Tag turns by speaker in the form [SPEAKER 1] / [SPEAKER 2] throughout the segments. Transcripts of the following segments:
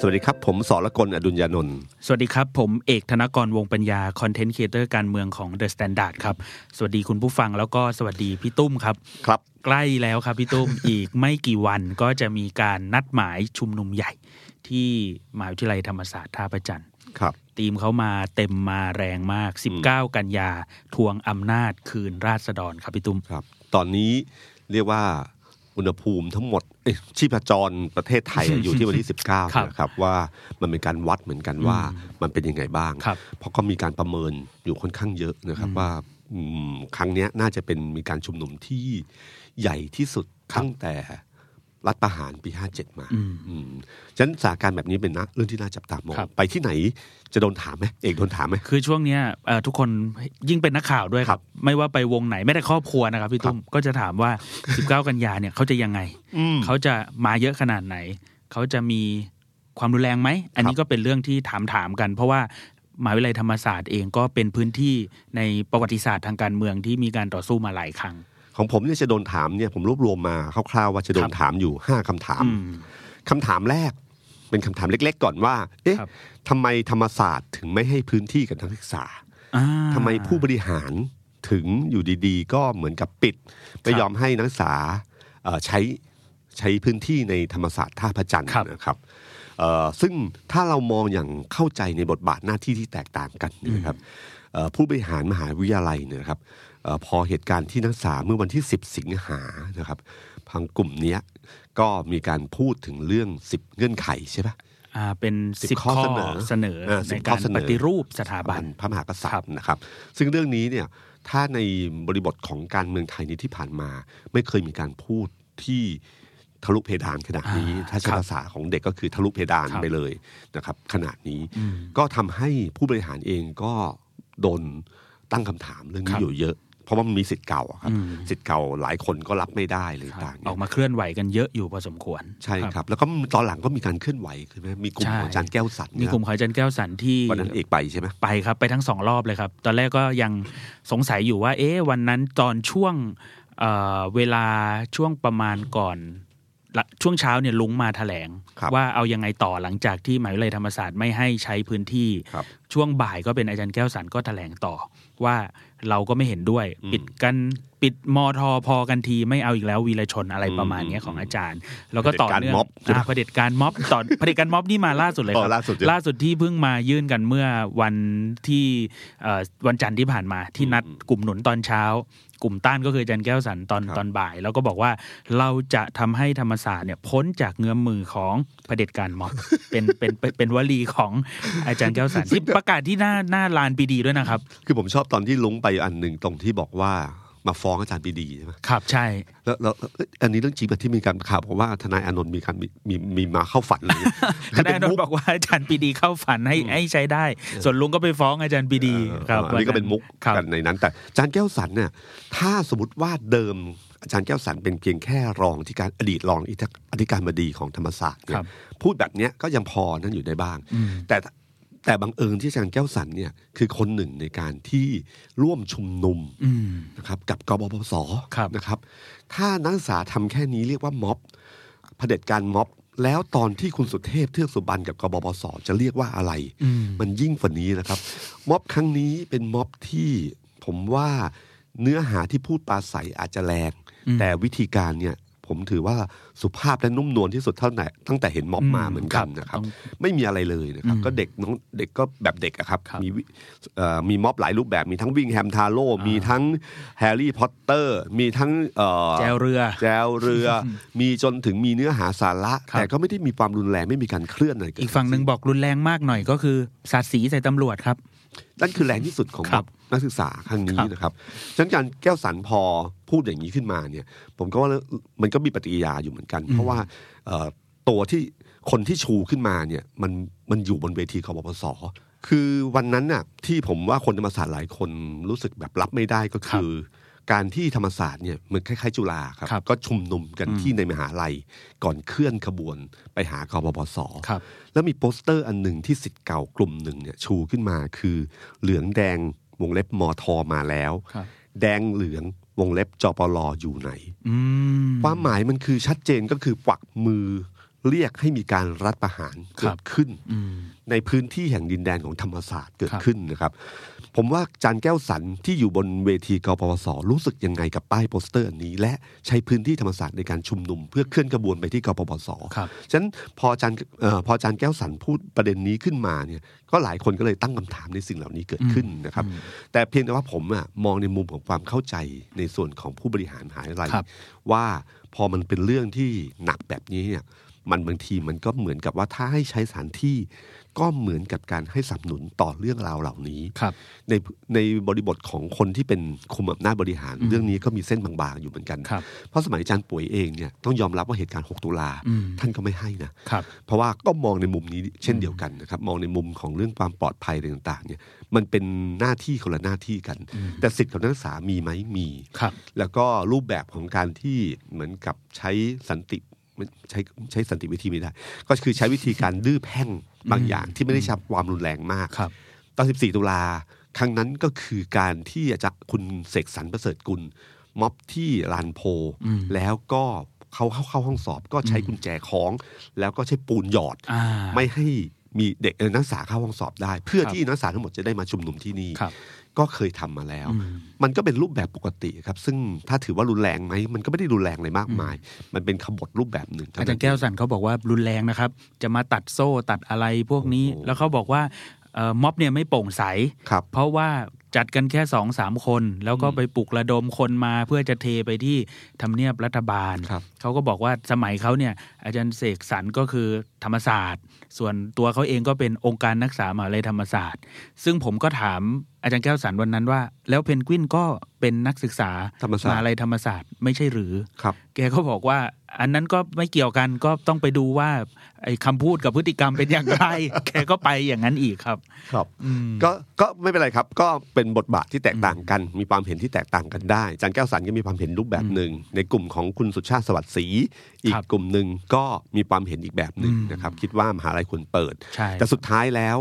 [SPEAKER 1] สวัสดีครับ ผมสอละคนอดุญญานนท์
[SPEAKER 2] สวัสดีครับ ผมเอกธนกรวงปัญญาคอนเทนต์ครีเอเตอร์การเมืองของ The Standard ครับ สวัสดีคุณผู้ฟังแล้วก็สวัสดีพี่ตุ้มครับ
[SPEAKER 1] ครับ
[SPEAKER 2] ใกล้แล้วครับพี่ตุ้ม อีกไม่กี่วันก็จะมีการนัดหมายชุมนุมใหญ่ที่มหาวิทยาลัยธรรมศาสตร์ท่าประจันทร์
[SPEAKER 1] ครับ
[SPEAKER 2] ทีมเขามาเต็มมาแรงมาก 19 กันยาทวงอำนาจคืนราษฎรครับพี่ตุ้ม
[SPEAKER 1] ครับ ตอนนี้เรียกว่าอุณหภูมิทั้งหมดเอ้ยชีพจรประเทศไทยอะ อยู่ที่วันที่
[SPEAKER 2] ครับ
[SPEAKER 1] 19นะครับว่ามันเป็นการวัดเหมือนกันว่ามันเป็นยังไงบ้าง
[SPEAKER 2] ครับ
[SPEAKER 1] เพราะก็มีการประเมินอยู่ค่อนข้างเยอะนะครับว่าอืมครั้งเนี้ยน่าจะเป็นมีการชุมนุมที่ใหญ่ที่สุดตั้งแต่รัฐประหารปี 57 มา
[SPEAKER 2] อืม
[SPEAKER 1] อืมฉะนั้นสถานการณ์แบบนี้เป็นนะเรื่องที่น่าจับตามอง
[SPEAKER 2] ครับ
[SPEAKER 1] ไปที่ไหนจะโดนถามไหมเอกโดนถามไหม
[SPEAKER 2] คือช่วงเนี้ยเอ่อทุกคนยิ่งเป็นนักข่าวด้วยค
[SPEAKER 1] ครั
[SPEAKER 2] รับ
[SPEAKER 1] บ
[SPEAKER 2] ไม่ว่าไปวงไหนไม่แต่ครอบครัวนะครับพี่ตุ้มก็จะถามว่า 19 กันยาเนี่ยเขาจะยังไง
[SPEAKER 1] อืม
[SPEAKER 2] เขาจะมาเยอะขนาดไหน เขาจะมีความรุนแรงไหม อันนี้ก็เป็นเรื่องที่ถามถามๆกัน เพราะว่ามหาวิทยาลัยธรรมศาสตร์เองก็เป็นพื้นที่ในประวัติศาสตร์ทางการเมืองที่มีการต่อสู้มาหลายครั้ง
[SPEAKER 1] ของผมเนี่ยจะโดนถามเนี่ยผมรวบรวมมาคร่าวๆว่าจะโด
[SPEAKER 2] ครั
[SPEAKER 1] น
[SPEAKER 2] บ
[SPEAKER 1] ถามอยู่ห้าคำถาม
[SPEAKER 2] อืม
[SPEAKER 1] คำถามแรกเป็นคำถามเล็ก ๆ ก่อนว่า เอ๊ะ
[SPEAKER 2] ครับ
[SPEAKER 1] ทำไมธรรมศาสตร์ถึงไม่ให้พื้นที่กับนักศึกษา
[SPEAKER 2] อ่า
[SPEAKER 1] ทำไมผู้บริหารถึงอยู่ดีๆ ก็เหมือนกับปิด ไม่ยอมให้นักศึกษาเอ่อใช้ใช้พื้นที่ในธรรมศาสตร์ท่าพระจันทร์
[SPEAKER 2] ครับ
[SPEAKER 1] นะครับเอ่อซึ่งถ้าเรามองอย่างเข้าใจในบทบาทหน้าที่ที่แตกต่างกันนะครับเอ่อผู้บริหารมหาวิทยาลัยเนี่ยนะครับเอ่อพอเหตุการณ์ที่นักศึกษาเมื่อวันที่ 10 สิงหานะครับทางกลุ่มเนี้ยก็มีการพูดถึงเรื่อง 10 เงื่อนไขใช่ปะ
[SPEAKER 2] อ่าเป็น
[SPEAKER 1] 10
[SPEAKER 2] สิบข้อ
[SPEAKER 1] ข้อเสนอ
[SPEAKER 2] เสนอ
[SPEAKER 1] เออ10
[SPEAKER 2] ใน
[SPEAKER 1] ข้
[SPEAKER 2] กา
[SPEAKER 1] อ
[SPEAKER 2] ร
[SPEAKER 1] เสนอ
[SPEAKER 2] ปฏิรูปสถาบัน
[SPEAKER 1] พระมหากษัต
[SPEAKER 2] ครับ
[SPEAKER 1] ริย์นะครับ ซึ่งเรื่องนี้เนี่ยถ้าในบริบทของการเมืองไทยนี้ที่ผ่านมา ไม่เคยมีการพูดที่ทะลุเพดานขนาดนี้
[SPEAKER 2] อ่า
[SPEAKER 1] ถ้าใช้
[SPEAKER 2] ครับ
[SPEAKER 1] ภาษาของเด็กก็คือทะลุเพดาน
[SPEAKER 2] ครับ
[SPEAKER 1] ไปเลยนะครับ ขนาดนี้
[SPEAKER 2] อืม
[SPEAKER 1] ก็ทำให้ผู้บริหารเองก็โดนตั้งคำถามเรื่อง
[SPEAKER 2] ค
[SPEAKER 1] นี้
[SPEAKER 2] รับ
[SPEAKER 1] อยู่เยอะ เพราะว่ามันมีสิทธิ์เก่าอะครับ
[SPEAKER 2] อืม
[SPEAKER 1] สิทธิ์เก่าหลายคนก็รับไม่ได้เลยต่างๆ
[SPEAKER 2] อ
[SPEAKER 1] เนี่ย
[SPEAKER 2] อกมาเคลื่อนไหวกันเยอะอยู่พอสมควร
[SPEAKER 1] ใช่ครับ แล้วก็ตอนหลังก็มีการเคลื่อนไหวใช่ไหมมีกลุ่ม
[SPEAKER 2] ใช่
[SPEAKER 1] ของอาจารย์แก้วสัน
[SPEAKER 2] มีกลุ่มขอยจันแก้วสันที่
[SPEAKER 1] วันนั้นเอกไปใช่ไหม
[SPEAKER 2] ไปครับ ไปทั้งสองรอบเลยครับ ตอนแรกก็ยังสงสัยอยู่ว่า เอ๊ะวันนั้นตอนช่วงเอ่อเวลาช่วงประมาณก่อนละช่วงเช้าเนี่ยลุงมาแถลง
[SPEAKER 1] ครับ
[SPEAKER 2] ว่าเอายังไงต่อหลังจากที่หมหาวิทยาลัยธรรมศาสตร์ไม่ให้ใช้พื้นที่
[SPEAKER 1] ครับ
[SPEAKER 2] ช่วงบ่ายก็เป็นอาจารย์แก้วสันก็แถลงต่อ ว่าเราก็ไม่เห็นด้วย ปิดกันปิดมอทอพอกันทีไม่เอาอีกแล้ววีรชนอะไรประมาณเนี้ยของอาจารย์ แล้วก็ต่อเนื่อง
[SPEAKER 1] เผด็จการม็อบใช่ไหม
[SPEAKER 2] อ่าเผด็จการม็อบ ต่อเผด็จการม็อบนี่มาล่าสุดเลยครั
[SPEAKER 1] อ๋
[SPEAKER 2] บ
[SPEAKER 1] อล่าสุดเลย
[SPEAKER 2] ล่าสุดที่เพิ่งมายื่นกันเมื่อวันที่เอ่อวันจันทร์ที่ผ่านมาที่นัดกลุ่มหนุนตอนเช้า กลุ่มต้านก็คืออาจารย์แก้วสันตอนตอนบ่าย แล้วก็บอกว่าเราจะทำให้ธรรมศาสตร์เนี่ยพ้นจากเงื้อมมือของเผด็จการม็อบ เป็นเป็นเป็นเป็นวลีของอาจารย์แก้วสันที่ประกาศที่หน้าหน้าลานปีดีด้วยนะครับ
[SPEAKER 1] คือผมชอบตอนที่ลุงไปอันหนึ่งตรงที่บอกว่ามาฟ้องอาจารย์ปรีดีใช่ไหม
[SPEAKER 2] ครับใช่
[SPEAKER 1] แล้วแล้วแล้วอันนี้เรื่องจริงแบบที่มีการข่าวบอกว่าทนายอานนท์มีการมีมีมีมาเข้าฝันเลย
[SPEAKER 2] คณะน นท์บอกว่าอาจารย์ปีดีเข้าฝันให้ให้ใช้ได้ ส่วนลุงก็ไปฟ้องอาจารย์ปีดี
[SPEAKER 1] เออ
[SPEAKER 2] ครับ
[SPEAKER 1] อันนี้ก็เป็นมุก
[SPEAKER 2] ครับ
[SPEAKER 1] กันในนั้น แต่อาจารย์แก้วสันเนี่ยถ้าสมมติว่าเดิมอาจารย์แก้วสันเป็นเพียงแค่รองที่การอดีตรองอธิการบดีของธรรมศาสตร์เนี่
[SPEAKER 2] ครั
[SPEAKER 1] ย
[SPEAKER 2] บ
[SPEAKER 1] พูดแบบเนี้ยก็ยังพอนั่นอยู่ได้บ้าง
[SPEAKER 2] อืม
[SPEAKER 1] แต่แต่บังเอิญที่อาจารย์แก้วสันเนี่ยคือคนหนึ่งในการที่ร่วมชุมนุมนะครับกับกบพศ
[SPEAKER 2] ครับ
[SPEAKER 1] นะครับ ถ้านักศึกษาทำแค่นี้เรียกว่าม็อบเผด็จการม็อบ แล้วตอนที่คุณสุเทพเทือกสุบรรณกับกบพศจะเรียกว่าอะไร
[SPEAKER 2] อืม
[SPEAKER 1] มันยิ่งฝันนี้นะครับ ม็อบครั้งนี้เป็นม็อบที่ผมว่าเนื้อหาที่พูดปราศัยอาจจะแรง
[SPEAKER 2] อืม
[SPEAKER 1] แต่วิธีการเนี่ย ผมถือว่าสุภาพและนุ่มนวลที่สุดเท่าไหร่ตั้งแต่เห็นม็อบมา
[SPEAKER 2] อืม
[SPEAKER 1] เหมือนกัน
[SPEAKER 2] ครับ
[SPEAKER 1] นะครับ
[SPEAKER 2] ต้อง
[SPEAKER 1] ไม่มีอะไรเลยนะครับ ก็เด็กน้องเด็กก็แบบเด็กอะครับ
[SPEAKER 2] ครับ
[SPEAKER 1] มีวิเอ่อมีม็อบหลายรูปแบบมีทั้งวิ่งแฮมทาโร่มีทั้งแฮร์รี่พอตเตอร์มีทั้งเอ่อ
[SPEAKER 2] แจวเรือ
[SPEAKER 1] แจวเรือ มีจนถึงมีเนื้อหาสาระ
[SPEAKER 2] ครับ
[SPEAKER 1] แต่ก็ไม่ได้มีความรุนแรงไม่มีการเคลื่อนอะไรเด
[SPEAKER 2] อีกฝั่งหนึ่ง
[SPEAKER 1] ขึ้
[SPEAKER 2] บอกรุนแรงมากหน่อยก็คือสาดสีใส่ตำรวจครับ
[SPEAKER 1] นั่นคือแรงที่สุดของ
[SPEAKER 2] ครับ
[SPEAKER 1] นักศึกษาครั้งนี้
[SPEAKER 2] ครับ
[SPEAKER 1] นะครับฉะนั้นการแก้วสันพอพูดอย่างนี้ขึ้นมาเนี่ย ผมก็ว่ามันก็มีปฏิกิริยาอยู่เหมือนกัน เพราะว่าเอ่อตัวที่คนที่ชูขึ้นมาเนี่ยมันมันอยู่บนเวทีคอปสคือวันนั้นน่ะที่ผมว่าคนธรรมศาสตร์หลายคนรู้สึกแบบรับไม่ได้ก็คือ การที่ธรรมศาสตร์เนี่ยเหมือนคล้ายๆ จุฬาครับ
[SPEAKER 2] ครับ
[SPEAKER 1] ก็ชุมนุมกัน
[SPEAKER 2] อืม
[SPEAKER 1] ที่ในมหาลัยก่อนเคลื่อนขบวนไปหากบพศ
[SPEAKER 2] ครับ
[SPEAKER 1] แล้วมีโปสเตอร์อันหนึ่งที่สิทธิ์เก่ากลุ่มหนึ่งเนี่ยชูขึ้นมาคือเหลืองแดงวงเล็บมอทอมาแล้ว
[SPEAKER 2] ครับ
[SPEAKER 1] แดงเหลืองวงเล็บจปลออยู่ไหน
[SPEAKER 2] อืม
[SPEAKER 1] ความหมายมันคือชัดเจนก็คือปักมือเรียกให้มีการรัฐประหาร
[SPEAKER 2] ครั
[SPEAKER 1] เกิ
[SPEAKER 2] บ
[SPEAKER 1] ดขึ้น
[SPEAKER 2] อืม
[SPEAKER 1] ในพื้นที่แห่งดินแดนของธรรมศาสตร์เกิด
[SPEAKER 2] ครับ
[SPEAKER 1] ขึ้นนะครับ ผมว่าจันแก้วสันที่อยู่บนเวทีกปปสรู้สึกยังไงกับป้ายโปสเตอร์อันนี้ และใช้พื้นที่ธรรมศาสตร์ในการชุมนุม เพื่อเคลื่อนกระบวนไปที่กปปส
[SPEAKER 2] ครับ
[SPEAKER 1] ฉะนั้นพออาจารย์เอ่อพออาจารย์แก้วสันพูดประเด็นนี้ขึ้นมาเนี่ยก็หลายคนก็เลยตั้งคำถามในสิ่งเหล่านี้เกิดขึ้นนะครับ แต่เพียงแต่ว่าผมอะมองในมุมของความเข้าใจในส่วนของผู้บริหารมหาวิทยาลัย
[SPEAKER 2] ครับ
[SPEAKER 1] ว่าพอมันเป็นเรื่องที่หนักแบบนี้เนี่ยมันบางทีมันก็เหมือนกับว่าถ้าให้ใช้สถานที่ ก็เหมือนกับการให้สนับสนุนต่อเรื่องราวเหล่านี้
[SPEAKER 2] ครับ
[SPEAKER 1] ในในบริบทของคนที่เป็นคุมอำนาจบริหาร เรื่องนี้ก็มีเส้นบางๆอยู่เหมือนกัน
[SPEAKER 2] ครับ
[SPEAKER 1] เพราะสมัยอาจารย์ป่วยเองเนี่ยต้องยอมรับว่าเหตุการณ์ 6 ตุลา
[SPEAKER 2] อืม
[SPEAKER 1] ท่านก็ไม่ให้นะ
[SPEAKER 2] ครับ
[SPEAKER 1] เพราะว่าก็มองในมุมนี้เช่นเดียวกันนะครับมองในมุมของเรื่องความปลอดภัยอะไรต่างๆเนี่ยมันเป็นหน้าที่คนละหน้าที่กัน แต่สิทธิ์ของนักศึกษามีไหมมี
[SPEAKER 2] ครับ
[SPEAKER 1] แล้วก็รูปแบบของการที่เหมือนกับใช้สันติใช้ใช้สันติวิธีไม่ได้ ก็คือใช้วิธีการดื้อแพ่งบางอย่างที่ไม่ได้ใช้ความรุนแรงมาก
[SPEAKER 2] ครับ
[SPEAKER 1] ตอน 14 ตุลา ครั้งนั้นก็คือการที่อาจารย์คุณเสกสรรประเสริฐกุล ม็อบที่ลานโพ แล้วก็เขาเข้าเข้าห้องสอบก็ใช้กุญแจคล้อง แล้วก็ใช้ปูนหยอด
[SPEAKER 2] อ่า
[SPEAKER 1] ไม่ให้มีเด็กเอ่อนักศึกษาเข้าห้องสอบได้ เพื่อ
[SPEAKER 2] ครับ
[SPEAKER 1] ที่นักศึกษาทั้งหมดจะได้มาชุมนุมที่นี่
[SPEAKER 2] ครับ
[SPEAKER 1] ก็เคยทำมาแล้ว มันก็เป็นรูปแบบปกติครับ ซึ่งถ้าถือว่ารุนแรงไหมมันก็ไม่ได้รุนแรงอะไรมากมาย มันเป็นขบถรูปแบบหนึ่งเท่
[SPEAKER 2] อา
[SPEAKER 1] นั้น
[SPEAKER 2] จารย์แก้วสันเขาบอกว่ารุนแรงนะครับ จะมาตัดโซ่ตัดอะไรพวกนี้
[SPEAKER 1] โอ้โห
[SPEAKER 2] แล้วเขาบอกว่าเอ่อม็อบเนี่ยไม่โปร่งใส
[SPEAKER 1] ครับ
[SPEAKER 2] เพราะว่าจัดกันแค่สองสามคน แล้วก็ไปปลุกระดมคนมาเพื่อจะเทไปที่ทำเนียบรัฐบาล
[SPEAKER 1] ครับ
[SPEAKER 2] เขาก็บอกว่าสมัยเขาเนี่ยอาจารย์เสกสรรก็คือธรรมศาสตร์ ส่วนตัวเขาเองก็เป็นองค์การนักศึกษามหาวิทยาลัยธรรมศาสตร์ ซึ่งผมก็ถามอาจารย์แก้วสันวันนั้นว่า แล้วเพนกวินก็เป็นนักศึกษา
[SPEAKER 1] ธรรมศาสตร์
[SPEAKER 2] หลัยธรรมศาสตร์ไม่ใช่หรือ
[SPEAKER 1] ครับ
[SPEAKER 2] แกก็บอกว่า อันนั้นก็ไม่เกี่ยวกันก็ต้องไปดูว่าไอ้คำพูดกับพฤติกรรมเป็นอย่างไร แกก็ไปอย่างนั้นอีกครับ
[SPEAKER 1] ครับก็ก็ไม่เป็นไรครับ ก็เป็นบทบาทที่แตกต่างกัน มีความเห็นที่แตกต่างกันได้อาจารย์แก้วสันก็มีความเห็นรูปแบบหนึ่ง ในกลุ่มของคุณสุชาติสวัสดิ์ศรีอีก
[SPEAKER 2] ครับ
[SPEAKER 1] กลุ่มหนึ่งก็มีความเห็นอีกแบบหนึ่งนะครับ คิดว่ามหาลัยควรเปิด
[SPEAKER 2] ใช่
[SPEAKER 1] แต่สุดท้ายแล้ว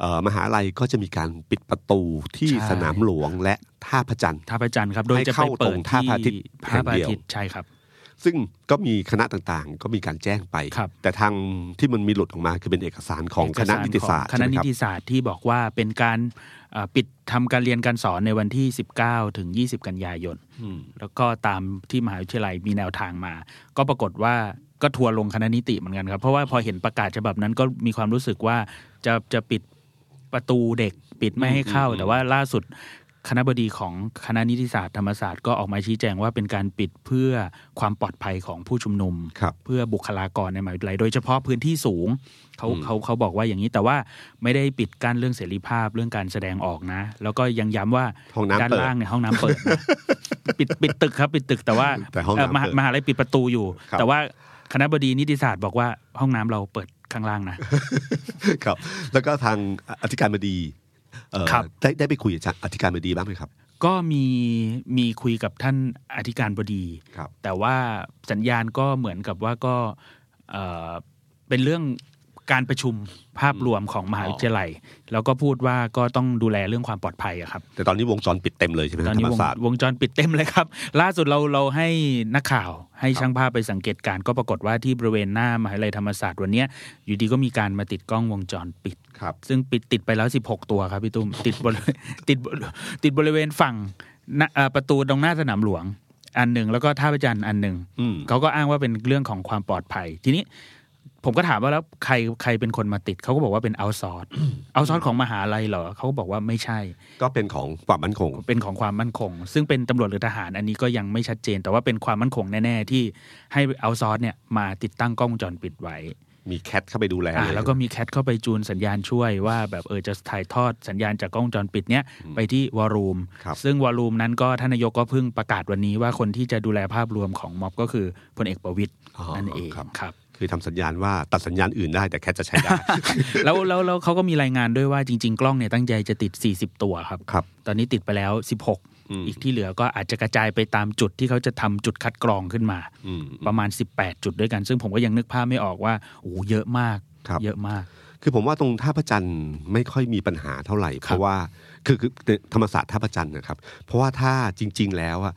[SPEAKER 1] เอ่อมหาลัยก็จะมีการปิดประตูที่
[SPEAKER 2] ใช่
[SPEAKER 1] สนามหลวงและท่าพระจันทร์
[SPEAKER 2] ท่าพระจันทร์ครับ โดย
[SPEAKER 1] ให้
[SPEAKER 2] จะไป
[SPEAKER 1] เข้า
[SPEAKER 2] เปิ
[SPEAKER 1] ตร
[SPEAKER 2] ด
[SPEAKER 1] ง
[SPEAKER 2] ที่
[SPEAKER 1] ท่าพระอาทิตย์
[SPEAKER 2] ท่าพระอา
[SPEAKER 1] แห่งเดียว
[SPEAKER 2] ทิตย์ใช่ครับ
[SPEAKER 1] ซึ่งก็มีคณะต่างๆ ก็มีการแจ้งไป
[SPEAKER 2] ครับ
[SPEAKER 1] แต่ทางที่มันมีหลุดออกมาคือเป็นเอกสารของคณะนิติศาสตร์
[SPEAKER 2] เอกขอ
[SPEAKER 1] ใช่
[SPEAKER 2] งคณะ
[SPEAKER 1] ไหม
[SPEAKER 2] นิ
[SPEAKER 1] ครับ
[SPEAKER 2] ติศาสตร์ที่บอกว่าเป็นการเอ่อปิดทำการเรียนการสอนในวันที่ 19 ถึง 20 กันยายน แล้วก็ตามที่มหาวิทยาลัยมีแนวทางมา ก็ปรากฏว่าก็ทัวร์ลงคณะนิติเหมือนกันครับ เพราะว่าพอเห็นประกาศฉบับนั้นก็มีความรู้สึกว่าจะจะปิดประตูเด็กปิดไม่ให้เข้า แต่ว่าล่าสุดคณะบดีของคณะนิติศาสตร์ธรรมศาสตร์ก็ออกมาชี้แจงว่าเป็นการปิดเพื่อความปลอดภัยของผู้ชุมนุม
[SPEAKER 1] ครับ
[SPEAKER 2] เพื่อบุคลากรในมหาวิทยาลัยโดยเฉพาะพื้นที่สูงเขาเขาเขาบอกว่าอย่างนี้แต่ว่าไม่ได้ปิดกั้นเรื่องเสรีภาพเรื่องการแสดงออกนะ แล้วก็ยังย้ำว่า
[SPEAKER 1] ห้องน้ำ
[SPEAKER 2] ด้าน
[SPEAKER 1] เปิด
[SPEAKER 2] ล่างเนี่ยห้องน้ำเปิดนะ ปิดปิดตึกครับ ปิดตึกแต่ว่า
[SPEAKER 1] แต่ห้องน้ำ
[SPEAKER 2] เมหามหาลัยปิดประตูอยู่
[SPEAKER 1] ครับ
[SPEAKER 2] แต่ว่าคณะบดีนิติศาสตร์บอกว่าห้องน้ำเราเปิดข้างล่างนะ
[SPEAKER 1] ครับแล้วก็ทางอธิการบดีเอ่อ
[SPEAKER 2] ครับ
[SPEAKER 1] ได้ได้ไปคุยกับอธิการบดีบ้างไหมครับ
[SPEAKER 2] ก็มีมีคุยกับท่านอธิการบดี
[SPEAKER 1] ครับ
[SPEAKER 2] แต่ว่าสัญญาณก็เหมือนกับว่าก็เอ่อเป็นเรื่องการประชุมภาพรวมของมหาวิทยาลัย แล้วก็พูดว่าก็ต้องดูแลเรื่องความปลอดภัยอะครับ
[SPEAKER 1] แต่ตอนนี้วงจรปิดเต็มเลยใช่ไหม
[SPEAKER 2] ต
[SPEAKER 1] ฮะ
[SPEAKER 2] อน
[SPEAKER 1] ธร
[SPEAKER 2] นี้
[SPEAKER 1] รม
[SPEAKER 2] วง
[SPEAKER 1] ศาสตร์
[SPEAKER 2] วงจรปิดเต็มเลยครับ ล่าสุดเราเราให้นักข่าวให้ช่างภาพไปสังเกตการณ์ก็ปรากฏว่าที่บริเวณหน้ามหาวิทยาลัยธรรมศาสตร์วันเนี้ยอยู่ดีก็มีการมาติดกล้องวงจรปิด
[SPEAKER 1] ครับ
[SPEAKER 2] ซึ่งปิดติดไปแล้ว 16 ตัวครับพี่ตุ้ม ติดบริติดบริติดบริเวณฝั่งหน้าเอ่อประตูตรงหน้าสนามหลวง อันหนึ่งแล้วก็ท่าพระจันทร์อันหนึ่ง
[SPEAKER 1] อืม
[SPEAKER 2] เขาก็อ้างว่าเป็นเรื่องของความปลอดภัย ทีนี้ผมก็ถามว่าแล้วใครใครเป็นคนมาติดเขาก็บอกว่าเป็นเอาซอ ร์สเอาซอร์สของมหาลัยเหรอเขาก็บอกว่าไม่ใช่
[SPEAKER 1] ก็เป็นของความมั่นคง
[SPEAKER 2] เป็นของความมั่นคง ซึ่งเป็นตำรวจหรือทหารอันนี้ก็ยังไม่ชัดเจน แต่ว่าเป็นความมั่นคงแน่ๆที่ให้เอาซอสเนี่ยมาติดตั้งกล้องวงจรปิดไว้
[SPEAKER 1] มีแคทเข้าไปดูแล
[SPEAKER 2] อ่า
[SPEAKER 1] เย
[SPEAKER 2] แล้วก็มีแคทเข้าไปจูนสัญญาณช่วยว่าแบบเออจะถ่ายทอดสัญญาณจากกล้องวงจรปิดเนี่ยไปที่วอลลุ่ม
[SPEAKER 1] ครับ
[SPEAKER 2] ซึ่งวอลลุ่มนั้นก็ท่านนายกก็เพิ่งประกาศวันนี้ว่าคนที่จะดูแลภาพรวมของม็อบก็คือพลเอกประวิตย
[SPEAKER 1] อ๋อ
[SPEAKER 2] นั่นเอง
[SPEAKER 1] ครับ
[SPEAKER 2] ครับ
[SPEAKER 1] คือทำสัญญาณว่าตัดสัญญาณอื่นได้แต่แคทจะใช้ได้
[SPEAKER 2] แล้วแล้วแล้วเขาก็มีรายงานด้วยว่าจริง ๆ กล้องเนี่ยตั้งใจจะติด 40 ตัวครับ
[SPEAKER 1] ครับ
[SPEAKER 2] ตอนนี้ติดไปแล้ว 16
[SPEAKER 1] อืม
[SPEAKER 2] อีกที่เหลือก็อาจจะกระจายไปตามจุดที่เขาจะทำจุดคัดกรองขึ้นมา
[SPEAKER 1] อืม
[SPEAKER 2] ประมาณ 18 จุดด้วยกัน ซึ่งผมก็ยังนึกภาพไม่ออกว่าโอ้โหเยอะมาก
[SPEAKER 1] ครับ
[SPEAKER 2] เยอะมาก
[SPEAKER 1] คือผมว่าตรงท่าพระจันทร์ไม่ค่อยมีปัญหาเท่าไหร่ เพราะว่าคือคือธรรมศาสตร์ท่าพระจันทร์นะครับ เพราะว่าถ้าจริง ๆ แล้วอะ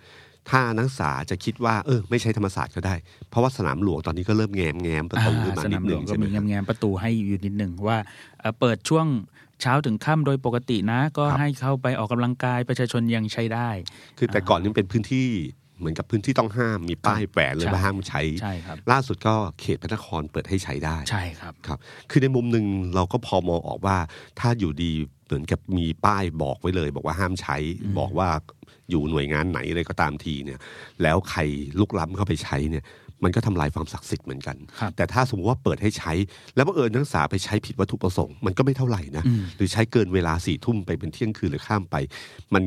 [SPEAKER 1] ถ้านักศึกษาจะคิดว่าเออไม่ใช่ธรรมศาสตร์ก็ได้ เพราะว่าสนามหลวงตอนนี้ก็เริ่มแงมแงมประตูขึ้นมา
[SPEAKER 2] อ่ส
[SPEAKER 1] นิ
[SPEAKER 2] นา
[SPEAKER 1] ด
[SPEAKER 2] มหล
[SPEAKER 1] นึ
[SPEAKER 2] ว
[SPEAKER 1] ง
[SPEAKER 2] งก็
[SPEAKER 1] ใช่ไหม
[SPEAKER 2] มี
[SPEAKER 1] ครับ
[SPEAKER 2] แง้มๆประตูให้อยู่นิดหนึ่งว่าเอ่อเปิดช่วงเช้าถึงค่ำโดยปกตินะ ก็
[SPEAKER 1] ครับ
[SPEAKER 2] ให้เข้าไปออกกำลังกายประชาชนยังใช้ได้
[SPEAKER 1] คือแต่ก่อนนี่เป็นพื้นที่เหมือนกับพื้นที่ต้องห้ามมีป้ายแปะเลยว่า
[SPEAKER 2] ใช่
[SPEAKER 1] ห้ามใช้
[SPEAKER 2] ใช่ครับ
[SPEAKER 1] ล่าสุดก็เขตพระนครเปิดให้ใช้ได้
[SPEAKER 2] ใช่ครับ
[SPEAKER 1] ครับ คือในมุมหนึ่งเราก็พอมองออกว่า ถ้าอยู่ดีเหมือนกับมีป้ายบอกไว้เลย บอกว่าห้ามใช้ บอกว่าอยู่หน่วยงานไหนอะไรก็ตามทีเนี่ย แล้วใครลุกล้ำเข้าไปใช้เนี่ย มันก็ทำลายความศักดิ์สิทธิ์เหมือนกัน
[SPEAKER 2] ครับ
[SPEAKER 1] แต่ถ้าสมมติว่าเปิดให้ใช้ แล้วบังเอิญนักศึกษาไปใช้ผิดวัตถุประสงค์มันก็ไม่เท่าไหร่นะ หรือใช้เกินเวลาสี่ทุ่มไปเป็นเที่ยงคืนหรือข้ามไป มัน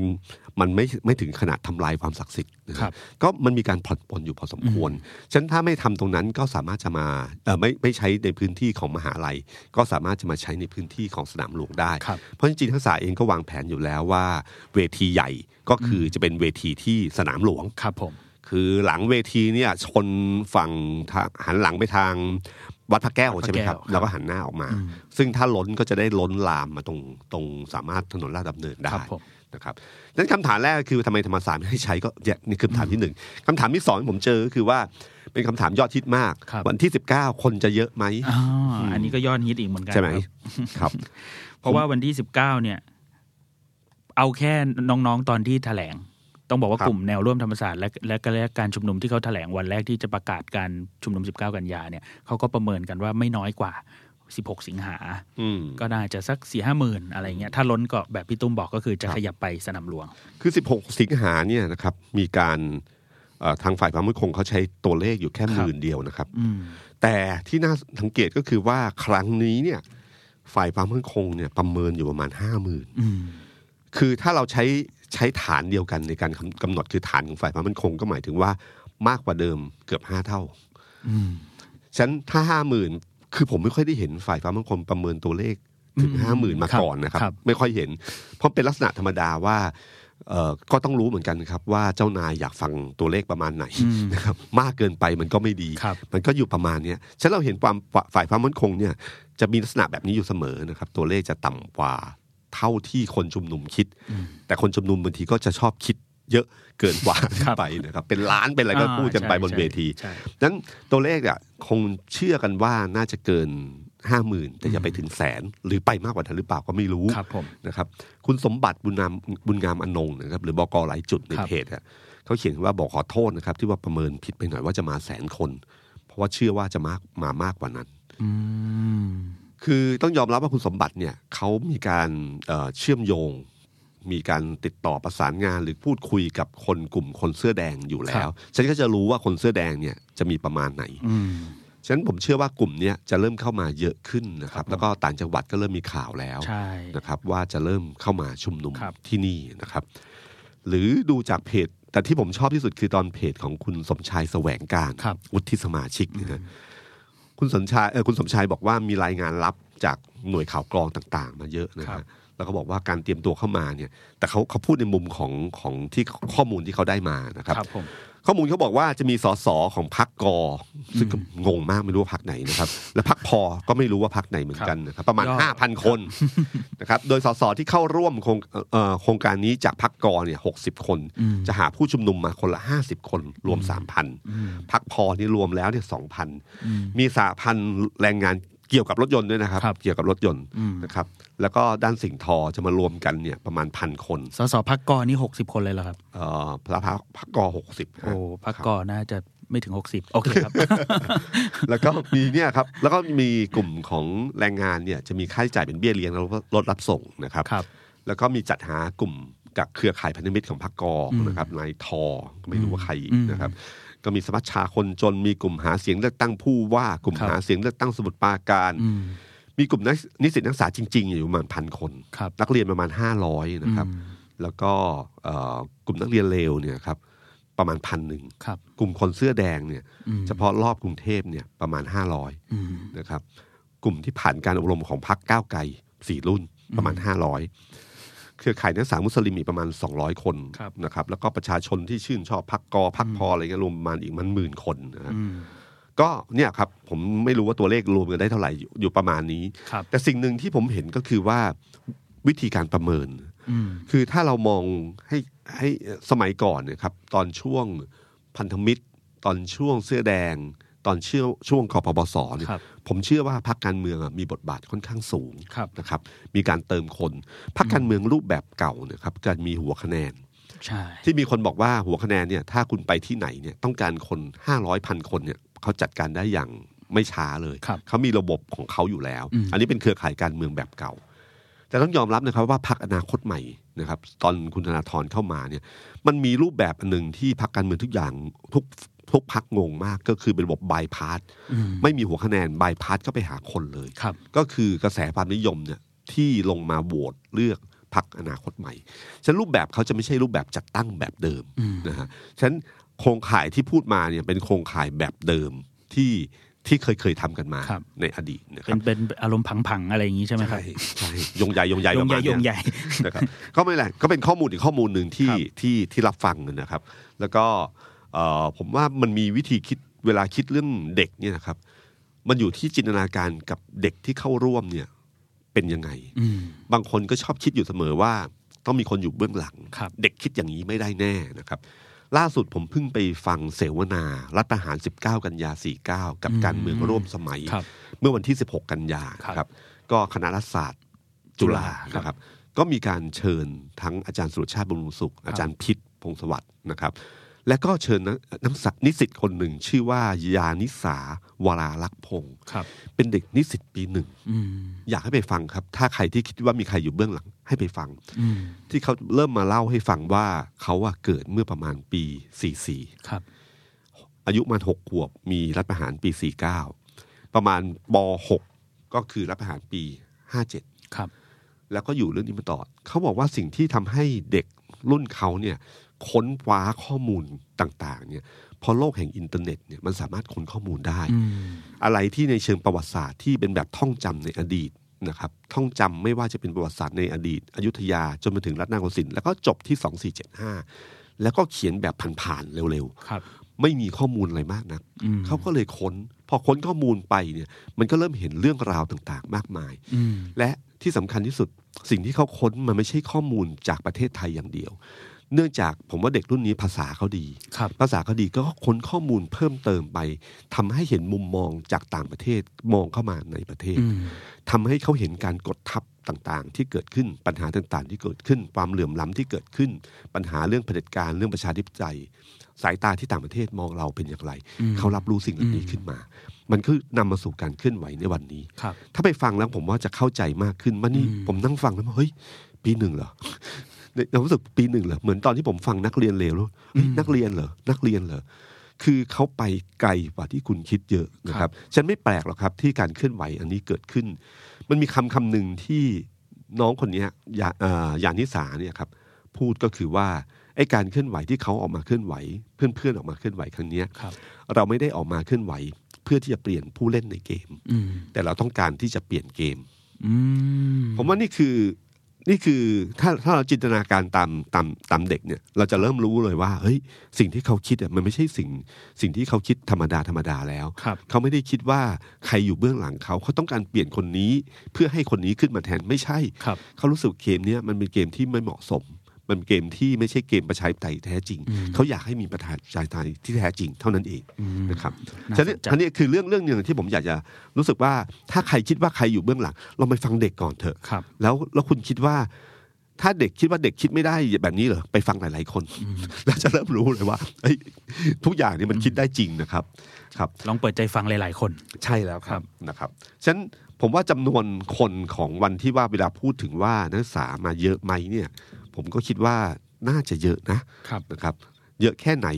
[SPEAKER 1] มันไม่ไม่ถึงขนาดทำลายความศักดิ์สิทธิ์นะค
[SPEAKER 2] ครั
[SPEAKER 1] รับบ ก็มันมีการผ่อนปลนอยู่พอสมควร ฉะนันถ้าไม่ทำตรงนั้นก็สามารถจะมาเอ่อไม่ไม่ใช้ในพื้นที่ของมหาลัย ก็สามารถจะมาใช้ในพื้นที่ของสนามหลวงได้
[SPEAKER 2] ครับ
[SPEAKER 1] เพราะจริงๆทักษะเองก็วางแผนอยู่แล้วว่าเวทีใหญ่ก็คือจะเป็นเวทีที่สนามหลวง
[SPEAKER 2] ครับผม
[SPEAKER 1] คือหลังเวทีเนี่ยชนฝั่งทางหันหลังไปทางวัดพระแก้ว
[SPEAKER 2] วัดพระ
[SPEAKER 1] ใช่ไหมครับ
[SPEAKER 2] แก้วครับ
[SPEAKER 1] แล้วก็หันหน้าออกมา ซึ่งถ้าล้นก็จะได้ล้นลามมาตรงตรงสามารถถนนลาดดำเนินได้
[SPEAKER 2] ครับผม
[SPEAKER 1] นะครับนั้นคำถามแรกคือทำไมธรรมศาสตร์ไม่ให้ใช้ก็เนี่ยนี่คือคำถามที่หนึ่งคำถามที่สองที่ผมเจอคือว่าเป็นคำถามยอดฮิตมาก
[SPEAKER 2] ครับ
[SPEAKER 1] วันที่ 19 คนจะเยอะไหม
[SPEAKER 2] อ๋ออันนี้ก็ยอดฮิตอีกเหมือนกัน
[SPEAKER 1] ใช่ไหม
[SPEAKER 2] ครับ
[SPEAKER 1] ครับ
[SPEAKER 2] เพราะว่าวันที่ 19 เนี่ย เอาแค่น้องๆตอนที่แถลง ต้องบอกว่า
[SPEAKER 1] ครับ
[SPEAKER 2] กลุ่มแนวร่วมธรรมศาสตร์และและและการชุมนุมที่เขาแถลงวันแรกที่จะประกาศการชุมนุม 19 กันยาเนี่ยเขาก็ประเมินกันว่าไม่น้อยกว่า 16 สิงหา
[SPEAKER 1] อืม
[SPEAKER 2] ก็น่าจะสักสี่ห้าหมื่นอะไรเงี้ยถ้าล้นก็แบบพี่ตุ้มบอกก็คือจะขยับไปสนามหลวง
[SPEAKER 1] คือ 16 สิงหาเนี่ยนะครับมีการเอ่อทางฝ่ายความมั่นคงเขาใช้ตัวเลขอยู่แค่
[SPEAKER 2] ค
[SPEAKER 1] ห
[SPEAKER 2] รับ
[SPEAKER 1] มื่นเดียวนะครับ
[SPEAKER 2] อืม
[SPEAKER 1] แต่ที่น่าสังเกตก็คือว่าครั้งนี้เนี่ยฝ่ายความมั่นคงเนี่ยประเมินอยู่ประมาณห้าหมื่น
[SPEAKER 2] อืม
[SPEAKER 1] คือถ้าเราใช้ใช้ฐานเดียวกันในการกำกำหนดคือฐานของฝ่ายความมั่นคงก็หมายถึงว่ามากกว่าเดิมเกือบห้าเท่า
[SPEAKER 2] อืม
[SPEAKER 1] ฉะนันถ้าห้าหมื่นคือผมไม่ค่อยได้เห็นฝ่ายความมั่นคงประเมินตัวเลขถึง
[SPEAKER 2] อืม
[SPEAKER 1] ห้าหมื่นมา
[SPEAKER 2] ครับ
[SPEAKER 1] ก่อนนะครับ
[SPEAKER 2] ครับ
[SPEAKER 1] ไม่ค่อยเห็น เพราะเป็นลักษณะธรรมดาว่าเอ่อก็ต้องรู้เหมือนกันครับว่าเจ้านายอยากฟังตัวเลขประมาณไหน
[SPEAKER 2] อืม
[SPEAKER 1] นะครับมากเกินไปมันก็ไม่ดี
[SPEAKER 2] ครับ
[SPEAKER 1] มันก็อยู่ประมาณเนี้ยฉะนั้นเราเห็นความฝ่าฝ่ายความมั่นคงเนี่ยจะมีลักษณะแบบนี้อยู่เสมอนะครับ ตัวเลขจะต่ำกว่าเท่าที่คนชุมนุมคิด แต่คนชุมนุมบางทีก็จะชอบคิดเยอะเกินกว่า
[SPEAKER 2] ครับ
[SPEAKER 1] ไปนะครับเป็นล้านเป็นอะไรก็พูดกันไปบนเวที
[SPEAKER 2] ใช่
[SPEAKER 1] ดังนั้นตัวเลขอ่ะคงเชื่อกันว่าน่าจะเกินห้าหมื่นแต่อย่าไปถึงแสน หรือไปมากกว่านั้นหรือเปล่าก็ไม่รู้
[SPEAKER 2] ครับผม
[SPEAKER 1] นะครับ คุณสมบัติบุญงามบุญงามอนงค์นะครับ หรือบอกหลายจุดใน
[SPEAKER 2] ครับ
[SPEAKER 1] เพจอะเขาเขียนว่าบอกขอโทษนะครับ ที่ว่าประเมินผิดไปหน่อยว่าจะมาแสนคน เพราะว่าเชื่อว่าจะมากมามากกว่านั้น
[SPEAKER 2] อืม
[SPEAKER 1] คือต้องยอมรับว่าคุณสมบัติเนี่ยเขามีการเอ่อเชื่อมโยง มีการติดต่อประสานงานหรือพูดคุยกับคนกลุ่มคนเสื้อแดงอยู่แล้ว ฉันก็จะรู้ว่าคนเสื้อแดงเนี่ยจะมีประมาณไหน
[SPEAKER 2] อืม
[SPEAKER 1] ฉะนั้นผมเชื่อว่ากลุ่มเนี้ยจะเริ่มเข้ามาเยอะขึ้นนะครับ แล้วก็ต่างจังหวัดก็เริ่มมีข่าวแล้ว
[SPEAKER 2] ใช่
[SPEAKER 1] นะครับ ว่าจะเริ่มเข้ามาชุมนุม
[SPEAKER 2] ครับ
[SPEAKER 1] ที่นี่นะครับ หรือดูจากเพจ แต่ที่ผมชอบที่สุดคือตอนเพจของคุณสมชายแสวงการ
[SPEAKER 2] ครับ
[SPEAKER 1] วุฒิสมาชิกนะฮะคุณสมชายเออคุณสมชายบอกว่ามีรายงานรับจากหน่วยข่าวกรองต่างๆ มาเยอะนะ
[SPEAKER 2] ครั
[SPEAKER 1] ฮะ
[SPEAKER 2] บ
[SPEAKER 1] แล้วก็บอกว่าการเตรียมตัวเข้ามาเนี่ย แต่เขาเขาพูดในมุมของของที่ข้อมูลที่เขาได้มานะค
[SPEAKER 2] ครับ รับผม
[SPEAKER 1] ข้อมูลเขาบอกว่าจะมีสสของพักกอ ซึ่งก็งงมากไม่รู้ว่าพักไหนนะครับ และพักพอก็ไม่รู้ว่าพักไหนเหมือนกันนะครับประมาณ
[SPEAKER 2] ยอด
[SPEAKER 1] 5,000 คนนะครับโดยสสที่เข้าร่วมโครงเอ่อโครงการนี้จากพักกอเนี่ยหกคน จะหาผู้ชุมนุมมาคนละ 50 คนรวม 3,000พักพอนี่รวมแล้วเนี่ยสองพันมีสาพันธ์แรงงานเกี่ยวกับรถยนต์ด้วยนะครับ
[SPEAKER 2] ครับ
[SPEAKER 1] เกี่ยวกับรถยนต์
[SPEAKER 2] อืม
[SPEAKER 1] นะครับแล้วก็ด้านสิ่งทอจะมารวมกันเนี่ยประมาณพันคน
[SPEAKER 2] สสพักกอนี่หกสิบคนเลยเหรอครับ
[SPEAKER 1] เอ่อพระพักกอหกสิบ
[SPEAKER 2] โอ้พักกอน่าจะไม่ถึงหกสิบโอเคครับ
[SPEAKER 1] แล้วก็มีเนี่ยครับ แล้วก็มีกลุ่มของแรงงานเนี่ยจะมีค่าใช้จ่ายเป็นเบี้ยเลี้ยงแล้วก็รถรับส่งนะครับ
[SPEAKER 2] ครับ
[SPEAKER 1] แล้วก็มีจัดหากลุ่มกับเครือข่ายพันธมิตรของพรรคกอนะครับนายทอก็ไม่รู้ว่าใครอีกนะครับ ก็มีสมัชชาคนจนมีกลุ่มหาเสียงเลือกตั้งผู้ว่ากลุ่ม
[SPEAKER 2] ครับ
[SPEAKER 1] หาเสียงเลือกตั้งสมุทรปราการ
[SPEAKER 2] อืม
[SPEAKER 1] มีกลุ่มนักนิสิตนักศึกษาจริงๆอยู่ประมาณพันคน
[SPEAKER 2] ครับ
[SPEAKER 1] นักเรียนประมาณ 500นะครับ แล้วก็เอ่อกลุ่มนักเรียนเลวเนี่ยครับประมาณพันหนึ่ง
[SPEAKER 2] ครับ
[SPEAKER 1] กลุ่มคนเสื้อแดงเนี่ย
[SPEAKER 2] อืม
[SPEAKER 1] เฉพาะรอบกรุงเทพเนี่ยประมาณ
[SPEAKER 2] อืม
[SPEAKER 1] 500นะครับกลุ่มที่ผ่านการอบรมของพักก้าวไกลสี่รุ่นประมาณ 500 เครือข่ายนักศึกษามุสลิมอีกประมาณ 200 คน
[SPEAKER 2] ครับ
[SPEAKER 1] นะครับแล้วก็ประชาชนที่ชื่นชอบพักกอพักพออะไรเงี้ยรวมประมาณอีกมันหมื่นคนนะครับ
[SPEAKER 2] อืม
[SPEAKER 1] ก็เนี่ยครับผมไม่รู้ว่าตัวเลขรวมกันได้เท่าไหร่อยู่อยู่ประมาณนี้
[SPEAKER 2] ครับ
[SPEAKER 1] แต่สิ่งหนึ่งที่ผมเห็นก็คือว่าวิธีการประเมิน
[SPEAKER 2] อืม
[SPEAKER 1] คือถ้าเรามองให้ให้สมัยก่อนเนี่ยครับตอนช่วงพันธมิตร ตอนช่วงเสื้อแดง ตอนเชื่อช่วงคอปปสเนี่ย
[SPEAKER 2] ครับ
[SPEAKER 1] ผมเชื่อว่าพรรคการเมืองอะมีบทบาทค่อนข้างสูง
[SPEAKER 2] ครับ
[SPEAKER 1] นะครับมีการเติมคนพรรคการเมืองรูปแบบเก่าเนี่ยครับจะมีหัวคะแนน
[SPEAKER 2] ใช่
[SPEAKER 1] ที่มีคนบอกว่าหัวคะแนนเนี่ยถ้าคุณไปที่ไหนเนี่ยต้องการคน 500พันคนเนี่ยเขาจัดการได้อย่างไม่ช้าเลย
[SPEAKER 2] ครับ
[SPEAKER 1] เขามีระบบของเขาอยู่แล้ว
[SPEAKER 2] อืม
[SPEAKER 1] อันนี้เป็นเครือข่ายการเมืองแบบเก่า แต่ต้องยอมรับนะครับว่าพรรคอนาคตใหม่นะครับ ตอนคุณธนาธรเข้ามาเนี่ย มันมีรูปแบบอันหนึ่งที่พรรคการเมืองทุกอย่างทุกทุกพรรคงงมากก็คือเป็นระบบบายพาส
[SPEAKER 2] อืม
[SPEAKER 1] ไม่มีหัวคะแนนบายพาสก็ไปหาคนเลย
[SPEAKER 2] ครับ
[SPEAKER 1] ก็คือกระแสความนิยมเนี่ยที่ลงมาโหวตเลือกพรรคอนาคตใหม่ ฉะนั้นรูปแบบเขาจะไม่ใช่รูปแบบจัดตั้งแบบเดิม
[SPEAKER 2] อืม
[SPEAKER 1] นะฮะ ฉะนั้นโครงข่ายที่พูดมาเนี่ยเป็นโครงข่ายแบบเดิมที่ที่เคยเคยทำกันมาในอดีตนะค
[SPEAKER 2] เป็
[SPEAKER 1] รั
[SPEAKER 2] น
[SPEAKER 1] บ
[SPEAKER 2] เป็นอารมณ์ผังๆอะไรอย่างนี้ใช่ไหมครับ
[SPEAKER 1] ใช่ใช่ยงใหญ่ยงใหญ่
[SPEAKER 2] ย
[SPEAKER 1] ประ
[SPEAKER 2] งให
[SPEAKER 1] มา
[SPEAKER 2] ญ่
[SPEAKER 1] ณ
[SPEAKER 2] ย
[SPEAKER 1] เนี้
[SPEAKER 2] ง
[SPEAKER 1] ย
[SPEAKER 2] ใหญ่
[SPEAKER 1] นะครับ ก็ไม่เป็นไรก็เป็นข้อมูลอีกข้อมูลหนึ่งที่
[SPEAKER 2] ครับ
[SPEAKER 1] ที่ที่รับฟังนะครับ แล้วก็เอ่อผมว่ามันมีวิธีคิดเวลาคิดเรื่องเด็กเนี่ยนะครับ มันอยู่ที่จินตนาการกับเด็กที่เข้าร่วมเนี่ยเป็นยังไง
[SPEAKER 2] อืม
[SPEAKER 1] บางคนก็ชอบคิดอยู่เสมอว่า ต้องมีคนอยู่เบื้องหลัง
[SPEAKER 2] ครับ
[SPEAKER 1] เด็กคิดอย่างนี้ไม่ได้แน่นะครับ ล่าสุดผมเพิ่งไปฟังเสวนา รัฐประหาร 19 กันยา 49 กับ
[SPEAKER 2] อืม
[SPEAKER 1] การเมืองร่วมสมัย
[SPEAKER 2] ครับ
[SPEAKER 1] เมื่อวันที่ 16 กันยา
[SPEAKER 2] ครับ
[SPEAKER 1] ครับ ก็คณะรัฐศาสตร์ จุฬา
[SPEAKER 2] จุฬาครับ
[SPEAKER 1] นะครับ ก็มีการเชิญทั้งอาจารย์สุรชาติบำรุงสุข อาจารย์พิษพงศวัตรนะครับ และก็เชิญนักนักศึกษานิสิตคนหนึ่ง ชื่อว่ายานิสาวราลักษณ์พงศ์
[SPEAKER 2] ครับ
[SPEAKER 1] เป็นเด็กนิสิตปีหนึ่ง
[SPEAKER 2] อืม
[SPEAKER 1] อยากให้ไปฟังครับ ถ้าใครที่คิดว่ามีใครอยู่เบื้องหลังให้ไปฟัง
[SPEAKER 2] อืม
[SPEAKER 1] ที่เขาเริ่มมาเล่าให้ฟังว่าเขาอะเกิดเมื่อประมาณปี 44
[SPEAKER 2] ครับ
[SPEAKER 1] อายุประมาณหกขวบมีรัฐประหารปีสี่เก้าประมาณปหกก็คือรัฐประหารปีห้าเจ็ด
[SPEAKER 2] ครับ
[SPEAKER 1] แล้วก็อยู่เรื่องนี้มาต่อเขาบอกว่าสิ่งที่ทำให้เด็กรุ่นเขาเนี่ยค้นคว้าข้อมูลต่างๆเนี่ยเพราะโลกแห่งอินเทอร์เน็ตเนี่ยมันสามารถค้นข้อมูลได้
[SPEAKER 2] อืม
[SPEAKER 1] อะไรที่ในเชิงประวัติศาสตร์ที่เป็นแบบท่องจำในอดีตนะครับท่องจำไม่ว่าจะเป็นประวัติศาสตร์ในอดีต อยุธยาจนมาถึงรัตนโกสินทร์แล้วก็จบที่ 2475 แล้วก็เขียนแบบผ่านๆเร็วๆ
[SPEAKER 2] ครับ
[SPEAKER 1] ไม่มีข้อมูลอะไรมากนัก
[SPEAKER 2] อืม
[SPEAKER 1] เขาก็เลยค้น พอค้นข้อมูลไปเนี่ย มันก็เริ่มเห็นเรื่องราวต่างๆ มากมาย
[SPEAKER 2] อืม
[SPEAKER 1] และที่สำคัญที่สุดสิ่งที่เขาค้นมันไม่ใช่ข้อมูลจากประเทศไทยอย่างเดียว เนื่องจากผมว่าเด็กรุ่นนี้ภาษาเขาดี
[SPEAKER 2] ครับ
[SPEAKER 1] ภาษาเขาดีก็ค้นข้อมูลเพิ่มเติมไปทำให้เห็นมุมมองจากต่างประเทศมองเข้ามาในประเทศ
[SPEAKER 2] อืม
[SPEAKER 1] ทำให้เขาเห็นการกดทับต่างๆ ที่เกิดขึ้นปัญหาต่างๆ ที่เกิดขึ้น ความเหลื่อมล้ำที่เกิดขึ้น ปัญหาเรื่องเผด็จการเรื่องประชาธิปไตยสายตาที่ต่างประเทศมองเราเป็นอย่างไร
[SPEAKER 2] อืม
[SPEAKER 1] เขารับรู้สิ่งเหล่านี้ขึ้นมา มันคือนำมาสู่การเคลื่อนไหวในวันนี้
[SPEAKER 2] ครับ
[SPEAKER 1] ถ้าไปฟังแล้วผมว่าจะเข้าใจมากขึ้นมันนี่
[SPEAKER 2] อืม
[SPEAKER 1] ผมนั่งฟังแล้วเฮ้ยปีหนึ่งเหรอ เรารู้สึกปีหนึ่งเหรอเหมือนตอนที่ผมฟังนักเรียนเลวแล้วเฮ้ยนักเรียนเหรอนักเรียนเหรอคือเขาไปไกลกว่าที่คุณคิดเยอะนะครับ ฉันไม่แปลกหรอกครับที่การเคลื่อนไหวอันนี้เกิดขึ้น มันมีคำคำหนึ่งที่น้องคนเนี้ยยาเอ่อยานิสาเนี่ยครับพูดก็คือว่าไอ้การเคลื่อนไหวที่เขาออกมาเคลื่อนไหว เพื่อนๆออกมาเคลื่อนไหวครั้งเนี้ย
[SPEAKER 2] ครับ
[SPEAKER 1] เราไม่ได้ออกมาเคลื่อนไหว เพื่อที่จะเปลี่ยนผู้เล่นในเกม
[SPEAKER 2] อืม
[SPEAKER 1] แต่เราต้องการที่จะเปลี่ยนเกม
[SPEAKER 2] อืม
[SPEAKER 1] ผมว่านี่คือนี่คือถ้าถ้าเราจินตนาการตามตามตามเด็กเนี่ย เราจะเริ่มรู้เลยว่าเฮ้ยสิ่งที่เขาคิดอะมันไม่ใช่สิ่งสิ่งที่เขาคิดธรรมดาธรรมดาแล้ว
[SPEAKER 2] ครับ
[SPEAKER 1] เขาไม่ได้คิดว่าใครอยู่เบื้องหลังเขาเขาต้องการเปลี่ยนคนนี้เพื่อให้คนนี้ขึ้นมาแทนไม่ใช่
[SPEAKER 2] ครับ
[SPEAKER 1] เขารู้สึกเกมเนี้ยมันเป็นเกมที่ไม่เหมาะสม มันเป็นเกมที่ไม่ใช่เกมประชาธิปไตยแท้จริง
[SPEAKER 2] อืม
[SPEAKER 1] เขาอยากให้มีประชาธิปไตยที่แท้จริงเท่านั้นเอง
[SPEAKER 2] อืม
[SPEAKER 1] นะครับ
[SPEAKER 2] น่า
[SPEAKER 1] ฉะนั้น
[SPEAKER 2] สนใจ
[SPEAKER 1] อันนี้คือเรื่องเรื่องหนึ่งที่ผมอยากจะรู้สึกว่าถ้าใครคิดว่าใครอยู่เบื้องหลังลองไปฟังเด็กก่อนเถอะ
[SPEAKER 2] ครับ
[SPEAKER 1] แล้วแล้วคุณคิดว่า ถ้าเด็กคิดว่าเด็กคิดไม่ได้แบบนี้เหรอไปฟังหลาย ๆ คน แล้วจะเริ่มรู้เลยว่าเอ้ยทุกอย่างเนี่ยมันคิดได้จริงนะครับครับ
[SPEAKER 2] ลองเปิดใจฟังหลายๆคน
[SPEAKER 1] ใช่แล้วครั
[SPEAKER 2] ครับ บ
[SPEAKER 1] นะครับฉะนั้นผมว่าจำนวนคนของวันที่ว่าเวลาพูดถึงว่านักศึกษามาเยอะไหมเนี่ย ผมก็คิดว่าน่าจะเยอะนะครับ นะครับ เยอะแค่ไหน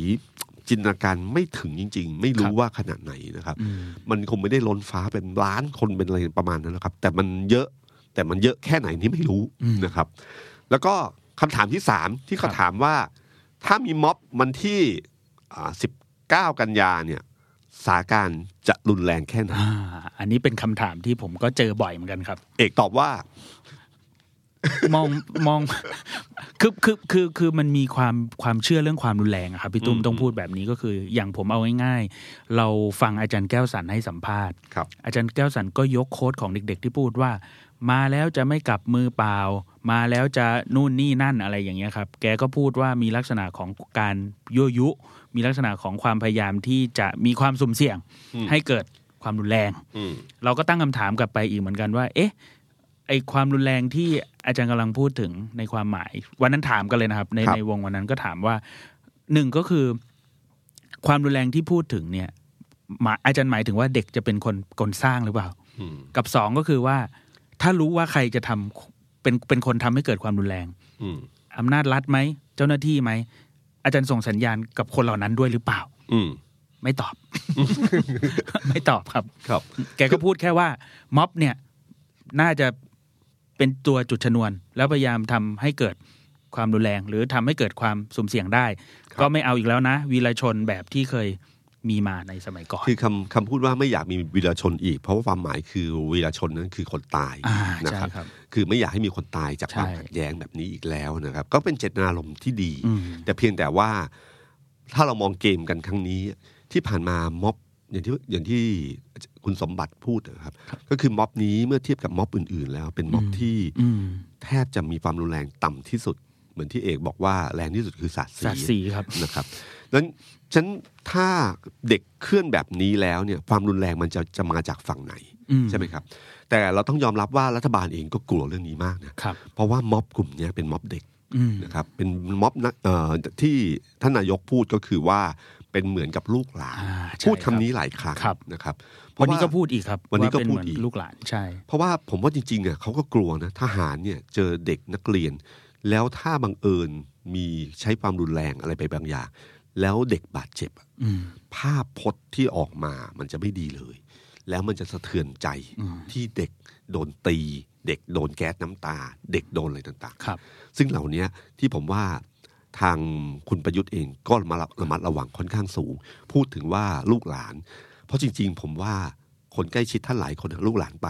[SPEAKER 1] จินตนาการไม่ถึงจริง ๆ ไม่
[SPEAKER 2] ค
[SPEAKER 1] รู้
[SPEAKER 2] รับ
[SPEAKER 1] ว่าขนาดไหนนะครับ
[SPEAKER 2] อืม
[SPEAKER 1] มันคงไม่ได้ล้นฟ้าเป็นล้านคนเป็นอะไรประมาณนั้นนะครับ แต่มันเยอะแต่มันเยอะแค่ไหนนี่ไม่รู้นะครับ แล้วก็คำถามที่สามที่เขาถามว่า ถ้ามีม็อบวันที่สิบเก้า19 กันยาเนี่ยสถานการณ์จะรุนแรงแค่ไหน
[SPEAKER 2] อ่า อันนี้เป็นคำถามที่ผมก็เจอบ่อยเหมือนกันครับ
[SPEAKER 1] เอกตอบว่า
[SPEAKER 2] มองมองคือคือคือคือมันมีความความเชื่อเรื่องความรุนแรงอะครับพี่ตุ้ม
[SPEAKER 1] อืม
[SPEAKER 2] ต้องพูดแบบนี้ก็คือ อย่างผมเอาง่ายๆเราฟังอาจารย์แก้วสันให้สัมภาษณ์
[SPEAKER 1] ครับ
[SPEAKER 2] อาจารย์แก้วสันก็ยกโค้ดของเด็ก ๆ ที่พูดว่า มาแล้วจะไม่กลับมือเปล่า มาแล้วจะนู่นนี่นั่นอะไรอย่างเงี้ยครับ แกก็พูดว่ามีลักษณะของการยั่วยุ มีลักษณะของความพยายามที่จะมีความสุ่มเสี่ยง
[SPEAKER 1] อืม
[SPEAKER 2] ให้เกิดความรุนแรง
[SPEAKER 1] อืม
[SPEAKER 2] เราก็ตั้งคำถามกลับไปอีกเหมือนกันว่า เอ๊ะ ไอความรุนแรงที่อาจารย์กำลังพูดถึงในความหมาย วันนั้นถามกันเลยนะครับ ใน
[SPEAKER 1] ครับ
[SPEAKER 2] ในวงวันนั้นก็ถามว่าหนึ่งก็คือ ความรุนแรงที่พูดถึงเนี่ยหมายอาจารย์หมายถึงว่าเด็กจะเป็นคนคนสร้างหรือเปล่า
[SPEAKER 1] อืม
[SPEAKER 2] กับสองก็คือว่า ถ้ารู้ว่าใครจะทำเป็นเป็นคนทำให้เกิดความรุนแรง
[SPEAKER 1] อืม
[SPEAKER 2] อำนาจรัฐไหม เจ้าหน้าที่ไหม อาจารย์ส่งสัญญาณกับคนเหล่านั้นด้วยหรือเปล่า
[SPEAKER 1] อืม
[SPEAKER 2] ไม่ตอบ ไม่ตอบครับ
[SPEAKER 1] ครับ
[SPEAKER 2] แกก็พูดแค่ว่า ม็อบเนี่ย น่าจะเป็นตัวจุดชนวน แล้วพยายามทำให้เกิดความรุนแรง หรือทำให้เกิดความสุ่มเสี่ยงได้
[SPEAKER 1] ครับ
[SPEAKER 2] ก็ไม่เอาอีกแล้วนะ วีรชนแบบที่เคยมีมาในสมัยก่อน
[SPEAKER 1] คือคำคำพูดว่าไม่อยากมีวีรชนอีก เพราะว่าความหมายคือวีรชนนั้นคือคนตาย
[SPEAKER 2] อ่า
[SPEAKER 1] นะ
[SPEAKER 2] ใช่
[SPEAKER 1] ครับ
[SPEAKER 2] ครับ
[SPEAKER 1] คือไม่อยากให้มีคนตายจากความ
[SPEAKER 2] ใช่
[SPEAKER 1] ขัดแย้งแบบนี้อีกแล้วนะครับ ก็เป็นเจตนารมณ์ที่ดี
[SPEAKER 2] อืม
[SPEAKER 1] แต่เพียงแต่ว่าถ้าเรามองเกมกันครั้งนี้ ที่ผ่านมาม็อบอย่างที่อย่างที่คุณสมบัติพูดนะครับ ก็คือม็อบนี้เมื่อเทียบกับม็อบอื่น ๆ แล้ว เป็นม็อบ
[SPEAKER 2] อืม
[SPEAKER 1] ที่
[SPEAKER 2] อืม
[SPEAKER 1] แทบจะมีความรุนแรงต่ำที่สุด เหมือนที่เอกบอกว่าแรงที่สุดคือศาสตร์
[SPEAKER 2] สัตว์สีครับ
[SPEAKER 1] นะครับนั้นฉะนันถ้าเด็กเคลื่อนแบบนี้แล้วเนี่ยความรุนแรงมันจะจะมาจากฝั่งไหน
[SPEAKER 2] อืม
[SPEAKER 1] ใช่ไหมครับ แต่เราต้องยอมรับว่ารัฐบาลเองก็กลัวเรื่องนี้มากนะครับ เพราะว่าม็อบกลุ่มเนี้ยเป็นม็อบเด็ก
[SPEAKER 2] อืม
[SPEAKER 1] นะครับเป็นม็อบนักเอ่อที่ท่านนายกพูดก็คือว่าเป็นเหมือนกับลูกหลาน
[SPEAKER 2] อ่าใช่
[SPEAKER 1] พูดคำนี้หลายครั้ง
[SPEAKER 2] ครับ
[SPEAKER 1] นะครับเพ
[SPEAKER 2] วัน
[SPEAKER 1] ราะา
[SPEAKER 2] นี้ก็พูดอีกครับ
[SPEAKER 1] วันนี้ก็
[SPEAKER 2] าเป็
[SPEAKER 1] พูด
[SPEAKER 2] เหมืน
[SPEAKER 1] อีก
[SPEAKER 2] ลูกหลานใช่
[SPEAKER 1] เพราะว่าผมว่าจริงๆอ่ะเขาก็กลัวนะทหารเนี่ยเจอเด็กนักเรียน แล้วถ้าบังเอิญมีใช้ความรุนแรงอะไรไปบางอย่าง แล้วเด็กบาดเจ็บอะ
[SPEAKER 2] อืม
[SPEAKER 1] ภาพพจน์ที่ออกมามันจะไม่ดีเลย แล้วมันจะสะเทือนใจ
[SPEAKER 2] อืม
[SPEAKER 1] ที่เด็กโดนตี เด็กโดนแก๊สน้ำตา เด็กโดนอะไรต่าง ๆ
[SPEAKER 2] ครับ
[SPEAKER 1] ซึ่งเหล่านี้ที่ผมว่าทางคุณประยุทธ์เองก็มาระระมัดระวังค่อนข้างสูง พูดถึงว่าลูกหลาน เพราะจริง ๆ ผมว่าคนใกล้ชิดท่านหลายคนน่ะลูกหลานไป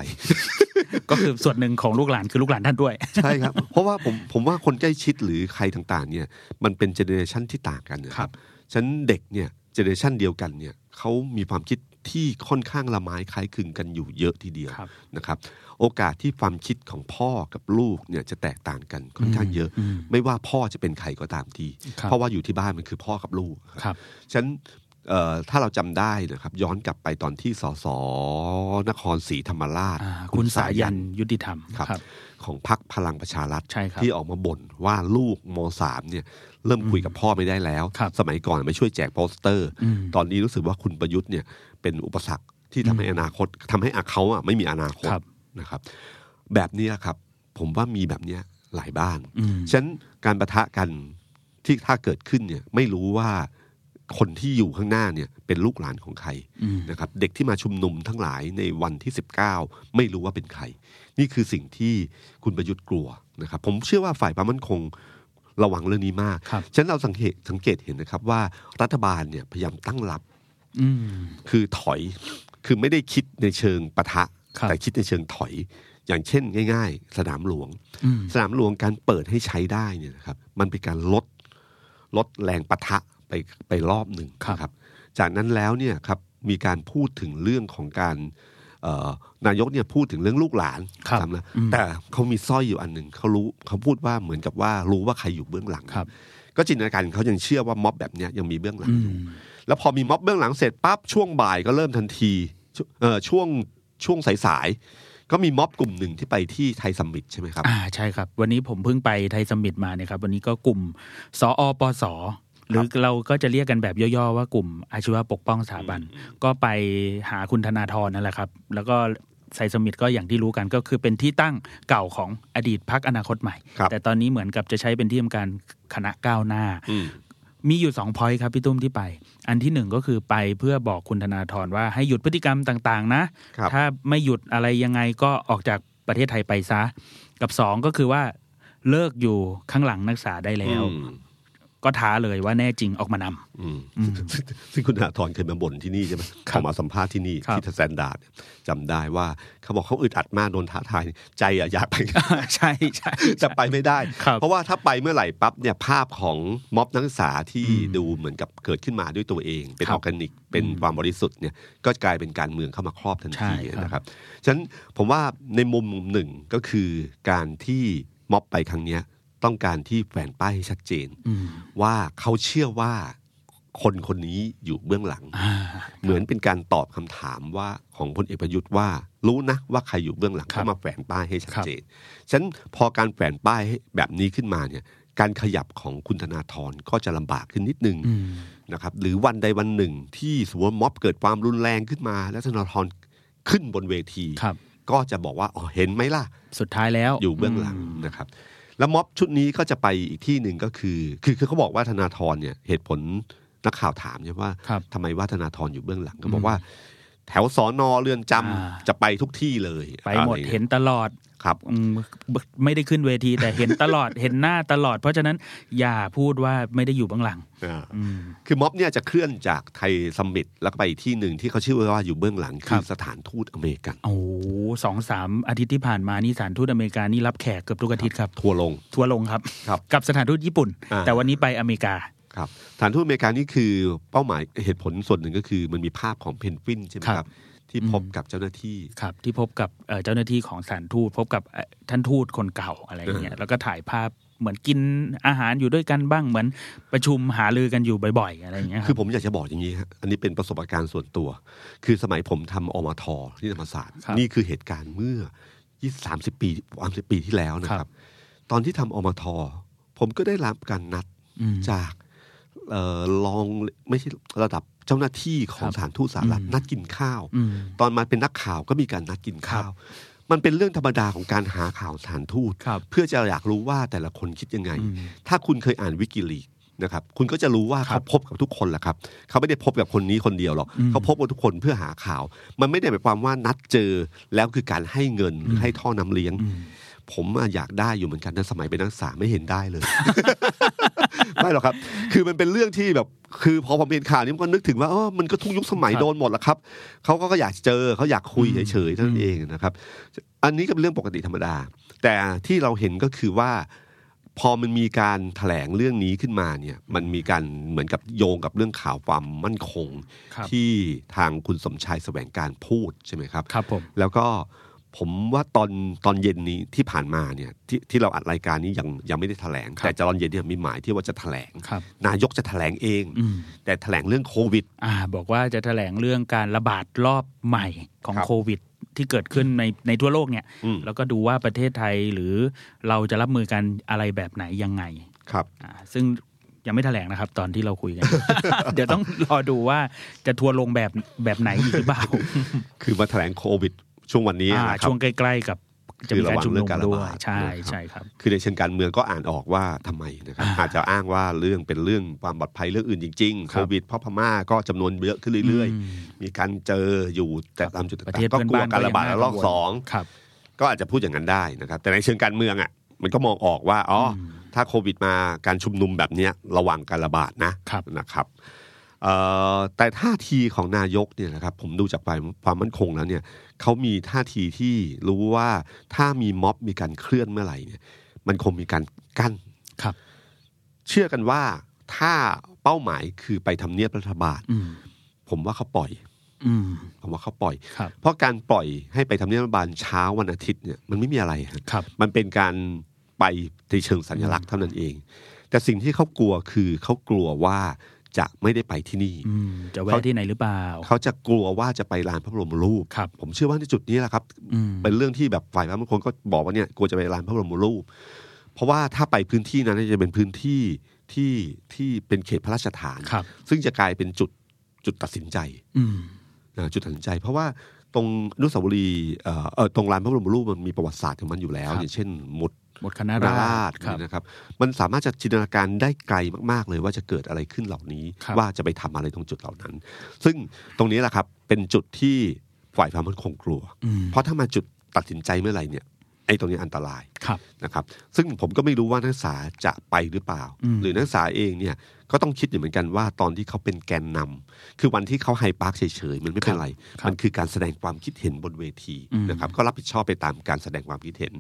[SPEAKER 2] ก็คือส่วนหนึ่งของลูกหลานคือลูกหลานท่านด้วย
[SPEAKER 1] ใช่ครับ เพราะว่าผมผมว่าคนใกล้ชิดหรือใครต่างๆเนี่ยมันเป็นเจเนอเรชันที่ต่างกันนะครับฉะนันเด็กเนี่ยเจเนอเรชันเดียวกันเนี่ยเขามีความคิดที่ค่อนข้างละไม้คล้ายคลึงกันอยู่เยอะทีเดียว
[SPEAKER 2] ครับ
[SPEAKER 1] นะครับ โอกาสที่ความคิดของพ่อกับลูกเนี่ยจะแตกต่างกันค่อนข้างเยอะ ไม่ว่าพ่อจะเป็นใครก็ตามที
[SPEAKER 2] ครับ
[SPEAKER 1] เพราะว่าอยู่ที่บ้านมันคือพ่อกับลูก
[SPEAKER 2] ครับ
[SPEAKER 1] ฉะนันเอ่อถ้าเราจำได้นะครับ ย้อนกลับไปตอนที่สสนครศรีธรรมราช
[SPEAKER 2] อ่า คุณสายันยุติธรรม
[SPEAKER 1] ครับของพักพลังประชารัฐ
[SPEAKER 2] ใช่ครับ
[SPEAKER 1] ที่ออกมาบ่นว่าลูกมสามเนี่ยเริ่มคุยกับพ่อไม่ได้แล้ว
[SPEAKER 2] ครับ
[SPEAKER 1] สมัยก่อนไปช่วยแจกโปสเตอร์
[SPEAKER 2] อืม
[SPEAKER 1] ตอนนี้รู้สึกว่าคุณประยุทธ์เนี่ยเป็นอุปสรรคที่ทำให้อนาคตทำให้เขาอะไม่มีอนาคต
[SPEAKER 2] ครับ
[SPEAKER 1] นะครับ แบบนี้ครับ ผมว่ามีแบบเนี้ยหลายบ้าน
[SPEAKER 2] อืม
[SPEAKER 1] ฉะนั้นการประทะกันที่ถ้าเกิดขึ้นเนี่ยไม่รู้ว่าคนที่อยู่ข้างหน้าเนี่ยเป็นลูกหลานของใคร
[SPEAKER 2] อืม
[SPEAKER 1] นะครับ เด็กที่มาชุมนุมทั้งหลายในวันที่ 19 ไม่รู้ว่าเป็นใคร นี่คือสิ่งที่คุณประยุทธ์กลัวนะครับ ผมเชื่อว่าฝ่ายความมั่นคงระวังเรื่องนี้มาก
[SPEAKER 2] ครับ
[SPEAKER 1] ฉะนั้นเราสังเกตสังเกตเห็นนะครับว่ารัฐบาลเนี่ยพยายามตั้งรับ
[SPEAKER 2] อืม
[SPEAKER 1] คือถอย คือไม่ได้คิดในเชิงปะทะ
[SPEAKER 2] ครับ
[SPEAKER 1] แต่คิดในเชิงถอย อย่างเช่นง่าย ๆ สนามหลวง
[SPEAKER 2] อืม
[SPEAKER 1] สนามหลวงการเปิดให้ใช้ได้เนี่ยนะครับ มันเป็นการลดลดแรงปะทะไปไปรอบหนึ่งนะจากนั้นแล้วเนี่ยครับมีการพูดถึงเรื่องของการเอ่อนายกเนี่ยพูดถึงเรื่องลูกหลาน
[SPEAKER 2] ครับ
[SPEAKER 1] จำนะแต่เขามีสร้อยอยู่อันหนึ่งเขารู้เขาพูดว่าเหมือนกับว่ารู้ว่าใครอยู่เบื้องหลัง
[SPEAKER 2] ครับ
[SPEAKER 1] ก็จินตนาการเขายังเชื่อว่าม็อบแบบเนี้ยยังมีเบื้องหลัง
[SPEAKER 2] อื
[SPEAKER 1] อยู่
[SPEAKER 2] ม
[SPEAKER 1] แล้วพอมีม็อบเบื้องหลังเสร็จปั๊บช่วงบ่ายก็เริ่มทันทีชเอ่อช่วงช่วงสายๆก็มีม็อบกลุ่มหนึ่งที่ไปที่ไทยสมมิตใช่ไหมครับ
[SPEAKER 2] อ่าใช่ครับ วันนี้ผมเพิ่งไปไทยสมมิตมาเนี่ยครับ วันนี้ก็กลุ่มสออปสหรือเราก็จะเรียกกันแบบย่อๆว่ากลุ่มอาชีวะปกป้องสถาบัน ก็ไปหาคุณธนาธรนั่นแหละครับ แล้วก็ไทยสมมิตก็อย่างที่รู้กันก็คือเป็นที่ตั้งเก่าของอดีตพักอนาคตใหม่
[SPEAKER 1] ครับ
[SPEAKER 2] แต่ตอนนี้เหมือนกับจะใช้เป็นที่ทำการคณะก้าวหน้า
[SPEAKER 1] อืม
[SPEAKER 2] มีอยู่ 2 พอยต์ครับ พี่ตุ้มที่ไป อันที่หนึ่งก็คือไปเพื่อบอกคุณธนาธรว่าให้หยุดพฤติกรรมต่างๆ นะ
[SPEAKER 1] ครับ
[SPEAKER 2] ถ้าไม่หยุดอะไรยังไงก็ออกจากประเทศไทยไปซะ กับ 2 ก็คือว่าเลิกอยู่ข้างหลังนักศึกษาได้แล้ว
[SPEAKER 1] อืม
[SPEAKER 2] ก็ท้าเลยว่าแน่จริงออกมานำ
[SPEAKER 1] อืมซึ่งคุณอาทรเคยมาบ่นที่นี่ใช่ไหม
[SPEAKER 2] ครับ
[SPEAKER 1] เขามาสัมภาษณ์ที่นี่
[SPEAKER 2] ครับ
[SPEAKER 1] ที่สแตนดาร์ดจำได้ว่าเขาบอกเขาอึดอัดมากโดนท้าทายใจอะอยาก ไป
[SPEAKER 2] ใช่ใช่ใช่
[SPEAKER 1] จะไปไม่ได้
[SPEAKER 2] ครับ
[SPEAKER 1] เพราะว่าถ้าไปเมื่อไหร่ปั๊บเนี่ยภาพของม็อบนักศึกษาที่ดูเหมือนกับเกิดขึ้นมาด้วยตัวเอง เป็น
[SPEAKER 2] ครั
[SPEAKER 1] อบ อร์แกนิก เป็นความบริสุทธิ์เนี่ยก็กลายเป็นการเมืองเข้ามาครอบทัน
[SPEAKER 2] ใช่
[SPEAKER 1] ที
[SPEAKER 2] ครับ
[SPEAKER 1] นะครับฉะนั้นผมว่าในมุมหนึ่งก็คือการที่ม็อบไปครั้งเนี้ยต้องการที่แฝงป้ายให้ชัดเจน
[SPEAKER 2] อืม
[SPEAKER 1] ว่าเขาเชื่อว่าคนคนนี้อยู่เบื้องหลัง
[SPEAKER 2] อ่า
[SPEAKER 1] เหมือนเป็นการตอบคำถามว่าของพลเอกประยุทธ์ว่า รู้นะว่าใครอยู่เบื้องหลัง
[SPEAKER 2] ครับ
[SPEAKER 1] เข้ามาแฝงป้ายให้ชัด
[SPEAKER 2] ครับ
[SPEAKER 1] เจนฉะนันพอการแฝงป้ายให้แบบนี้ขึ้นมาเนี่ยการขยับของคุณธนาธรก็จะลำบากขึ้นนิดนึง
[SPEAKER 2] อืม
[SPEAKER 1] นะครับหรือวันใดวันหนึ่ง ที่สมมติว่าม็อบเกิดความรุนแรงขึ้นมา และธนาธรขึ้นบนเวที
[SPEAKER 2] ครับ
[SPEAKER 1] ก็จะบอกว่าอ๋อเห็นไหมล่ะ
[SPEAKER 2] สุดท้ายแล้ว
[SPEAKER 1] อยู่เบื้องหลังนะครับ แล้วม็อบชุดนี้ก็จะไปอีกที่หนึ่งก็คือ คือคือเขาบอกว่าธนาธรเนี่ยเหตุผลนักข่าวถามใช่ไหมว่า
[SPEAKER 2] ครับ
[SPEAKER 1] ทำไมว่าธนาธรอยู่เบื้องหลังก็บอกว่า แถวสอนอเรือนจำ
[SPEAKER 2] อ่า
[SPEAKER 1] จะไปทุกที่เลย
[SPEAKER 2] ไปหมด
[SPEAKER 1] อะรงี้ย
[SPEAKER 2] เห็นตลอด
[SPEAKER 1] ครับ
[SPEAKER 2] อืมไม่ได้ขึ้นเวทีแต่เห็นตลอด เห็นหน้าตลอด เพราะฉะนั้นอย่าพูดว่าไม่ได้อยู่เบื้องหลัง อืม
[SPEAKER 1] คือม็อบเนี่ยจะเคลื่อนจากไทยสมิตแล้วก็ไปอีกที่หนึ่งที่เขาชื่อว่าอยู่เบื้องหลัง
[SPEAKER 2] ครั
[SPEAKER 1] คือบ สถานทูตอเมริกัน
[SPEAKER 2] โอ้โหสองสามอาทิตย์ที่ผ่านมานี่สถารทูตอเมริกานี่รับแขกเกือบทุกอาทิตย์ครับ
[SPEAKER 1] ทัวร์ลง
[SPEAKER 2] ทัวร์ลงครับ
[SPEAKER 1] ครับ
[SPEAKER 2] กับสถานทูตญี่ปุ่น
[SPEAKER 1] อ่า
[SPEAKER 2] แต่วันนี้ไปอเมริกา
[SPEAKER 1] ครับสถานทูตอเมริกานี่คือเป้าหมายเหตุผลส่วนหนึ่งก็คือ มันมีภาพของเพนกวินใช่ไหมค
[SPEAKER 2] ครั
[SPEAKER 1] รับ บ ที่พบกับเจ้าหน้าที่
[SPEAKER 2] ครับที่พบกับเอ่อเจ้าหน้าที่ของสถานทูตพบกับเอ่อท่านทูตคนเก่าอะไรอย่างเงี้ยแล้วก็ถ่ายภาพเหมือนกินอาหารอยู่ด้วยกันบ้างเหมือนประชุมหารือกันอยู่บ่อยๆ อะไรอย่างเงี้ยค
[SPEAKER 1] คื
[SPEAKER 2] รั
[SPEAKER 1] อบ ผมอยากจะบอกอย่างนี้ฮะอันนี้เป็นประสบการณ์ส่วนตัว คือสมัยผมทำอมทที่ธรรมศาสตร์
[SPEAKER 2] ครับ
[SPEAKER 1] นี่คือเหตุการณ์เมื่อยี่สามสิบปีสามสิบปีที่แล้วนะครับ ตอนที่ทำอมทผมก็ได้รับการนัด
[SPEAKER 2] อืม
[SPEAKER 1] จากเออรองไม่ใช่ระดับเจ้าหน้าที่ของสถานทูตสหรัฐ
[SPEAKER 2] อืม
[SPEAKER 1] นัดกินข้าว
[SPEAKER 2] อืม
[SPEAKER 1] ตอนมาเป็นนักข่าวก็มีการนัดกินข้าว มันเป็นเรื่องธรรมดาของการหาข่าวสถานทูต
[SPEAKER 2] ครับ
[SPEAKER 1] เพื่อจะอยากรู้ว่าแต่ละคนคิดยังไง
[SPEAKER 2] อืม
[SPEAKER 1] ถ้าคุณเคยอ่านวิกิลีกนะครับ คุณก็จะรู้ว่า
[SPEAKER 2] ครั
[SPEAKER 1] เขา
[SPEAKER 2] บ
[SPEAKER 1] พบกับทุกคนแหละครับ เขาไม่ได้พบกับคนนี้คนเดียวหรอก
[SPEAKER 2] อืม
[SPEAKER 1] เขาพบกับทุกคนเพื่อหาข่าว มันไม่ได้หมายความว่านัดเจอแล้วคือการให้เงินหรือให้ท่อน้ำเลี้ยง
[SPEAKER 2] อืม
[SPEAKER 1] ผมอะอยากได้อยู่เหมือนกันแต่สมัยเป็นนักศึกษาไม่เห็นได้เลย ไม่หรอกครับ คือมันเป็นเรื่องที่แบบ คือพอผมเห็นข่าวนี้ผมก็นึกถึงว่าเออมันก็ทุกยุคสมัย
[SPEAKER 2] ครับ
[SPEAKER 1] โดนหมดละครับ เขาก็อยากเจอเขาอยากคุย
[SPEAKER 2] อืม
[SPEAKER 1] เฉยๆเท่านั้นเองนะครับ อันนี้ก็เป็นเรื่องปกติธรรมดา แต่ที่เราเห็นก็คือว่า พอมันมีการถแถลงเรื่องนี้ขึ้นมาเนี่ย มันมีการเหมือนกับโยงกับเรื่องข่าวความมั่นคง
[SPEAKER 2] ครับ
[SPEAKER 1] ที่ทางคุณสมชายแสวงการพูดใช่ไหมครับ
[SPEAKER 2] ครับผม
[SPEAKER 1] แล้วก็ผมว่าตอนตอนเย็นนี้ที่ผ่านมาเนี่ยที่ที่เราอัดรายการนี้ยังยังไม่ได้แถลง
[SPEAKER 2] ครับ
[SPEAKER 1] แต่จะตอนเย็นเนี่ยมีหมายที่ว่าจะแถลง
[SPEAKER 2] ครับ
[SPEAKER 1] นายกจะแถลงเอง
[SPEAKER 2] อืม
[SPEAKER 1] แต่แถลงเรื่องโควิด
[SPEAKER 2] อ่าบอกว่าจะแถลงเรื่องการระบาดรอบใหม่ของ
[SPEAKER 1] ครับ
[SPEAKER 2] โควิด ที่เกิดขึ้นในในทั่วโลกเนี่ย
[SPEAKER 1] อืม
[SPEAKER 2] แล้วก็ดูว่าประเทศไทยหรือเราจะรับมือกันอะไรแบบไหนยังไง
[SPEAKER 1] ครับ
[SPEAKER 2] อ่าซึ่งยังไม่แถลงนะครับ ตอนที่เราคุยกัน เดี๋ยวต้องรอดูว่าจะทัวร์ลงแบบแบบไหนอีกหรือเปล่า
[SPEAKER 1] คือมาแถลงโควิด ช่วง วันนี้
[SPEAKER 2] อ่า
[SPEAKER 1] นะครั
[SPEAKER 2] ช่
[SPEAKER 1] บ
[SPEAKER 2] วงใกล้ๆกับจะมีการชุมนุมด้วยใช่ใช่ครับ
[SPEAKER 1] คือในเชิงการเมืองก็อ่านออกว่าทำไมนะครับ
[SPEAKER 2] อ่า
[SPEAKER 1] อาจจะอ้างว่าเรื่องเป็นเรื่องความปลอดภัยเรื่องอื่นจริงๆ
[SPEAKER 2] ค
[SPEAKER 1] โครับ วิดเพราะพม่าก็จำนวนเยอะขึ้นเรื่อย
[SPEAKER 2] อืม
[SPEAKER 1] ๆ มีการเจออยู่แต่ตามจุด
[SPEAKER 2] ประ
[SPEAKER 1] ต่า
[SPEAKER 2] เท
[SPEAKER 1] ง
[SPEAKER 2] ศ
[SPEAKER 1] ๆก็
[SPEAKER 2] เพื่อน
[SPEAKER 1] กลัว
[SPEAKER 2] บ้าน
[SPEAKER 1] การระบาด
[SPEAKER 2] ยั
[SPEAKER 1] ระ
[SPEAKER 2] น่
[SPEAKER 1] ลอก
[SPEAKER 2] วล
[SPEAKER 1] สอง
[SPEAKER 2] ครับ
[SPEAKER 1] ก็อาจจะพูดอย่างนั้นได้นะครับ แต่ในเชิงการเมืองอ่ะมันก็มองออกว่าอ๋ออถ้าโควิดมาการชุมนุมแบบเนี้ยระวังการระบาดนะครับ นะครับเอ่อแต่ท่าทีของนายกเนี่ยนะครับ ผมดูจากความความมั่นคงแล้วเนี่ยเขามีท่าทีที่รู้ว่าถ้ามีม็อบมีการเคลื่อนเมื่อไหร่เนี่ย มันคงมีการกั้น
[SPEAKER 2] ครับ
[SPEAKER 1] เชื่อกันว่าถ้าเป้าหมายคือไปทำเนียบรัฐบาล
[SPEAKER 2] อืม
[SPEAKER 1] ผมว่าเขาปล่อย
[SPEAKER 2] อืม
[SPEAKER 1] ผมว่าเขาปล่อย
[SPEAKER 2] ครับ
[SPEAKER 1] เพราะการปล่อยให้ไปทำเนียบรัฐบาลเช้าวันอาทิตย์เนี่ยมันไม่มีอะไรฮะ
[SPEAKER 2] ครับ
[SPEAKER 1] มันเป็นการไปในเชิงสัญลักษณ์เท่านั้นเอง แต่สิ่งที่เขากลัวคือเขากลัวว่าจะไม่ได้ไปที่นี่
[SPEAKER 2] อืม จะแวะที่ไหนหรือเปล่า
[SPEAKER 1] เขาจะกลัวว่าจะไปลานพระบรมรูป
[SPEAKER 2] ครับ
[SPEAKER 1] ผมเชื่อว่าในจุดนี้แหละครับ
[SPEAKER 2] อืม
[SPEAKER 1] เป็นเรื่องที่แบบฝ่ายรัฐบางคนก็บอกว่าเนี่ยกลัวจะไปลานพระบรมรูป เพราะว่าถ้าไปพื้นที่นั้นเนี่ยจะเป็นพื้นที่ที่ที่เป็นเขตพระราชฐาน
[SPEAKER 2] ครับ
[SPEAKER 1] ซึ่งจะกลายเป็นจุดจุดตัดสินใจ
[SPEAKER 2] อืม
[SPEAKER 1] นะจุดตัดสินใจ เพราะว่าตรงอนุสาวรีย์เอ่อเอ่อตรงลานพระบรมรูปมันมีประวัติศาสตร์ของมันอยู่แล้ว
[SPEAKER 2] ครับ
[SPEAKER 1] อย่างเช่นหมุด
[SPEAKER 2] หมดคณะ
[SPEAKER 1] รา
[SPEAKER 2] รา
[SPEAKER 1] ช
[SPEAKER 2] ษฎรครับ
[SPEAKER 1] เนี่ยนะครับ มันสามารถจะจินตนาการได้ไกลมาก ๆ เลยว่าจะเกิดอะไรขึ้นเหล่านี้
[SPEAKER 2] ครับ
[SPEAKER 1] ว่าจะไปทำอะไรตรงจุดเหล่านั้น ซึ่งตรงนี้แหละครับเป็นจุดที่ฝ่ายความมั่นคงกลัว
[SPEAKER 2] อืม
[SPEAKER 1] เพราะถ้ามาจุดตัดสินใจเมื่อไหร่เนี่ย ไอ้ตรงนี้อันตราย
[SPEAKER 2] ครับ
[SPEAKER 1] นะครับซึ่งผมก็ไม่รู้ว่านักศึกษาจะไปหรือเปล่า
[SPEAKER 2] อืม
[SPEAKER 1] หรือนักศึกษาเองเนี่ยก็ต้องคิดอยู่เหมือนกันว่าตอนที่เขาเป็นแกนนำคือวันที่เขาไฮปาร์คเฉยๆมันไม่เป็นไร
[SPEAKER 2] ครับ
[SPEAKER 1] มันคือการแสดงความคิดเห็นบนเวที
[SPEAKER 2] อืม
[SPEAKER 1] นะครับก็รับผิดชอบไปตามการแสดงความคิดเห็น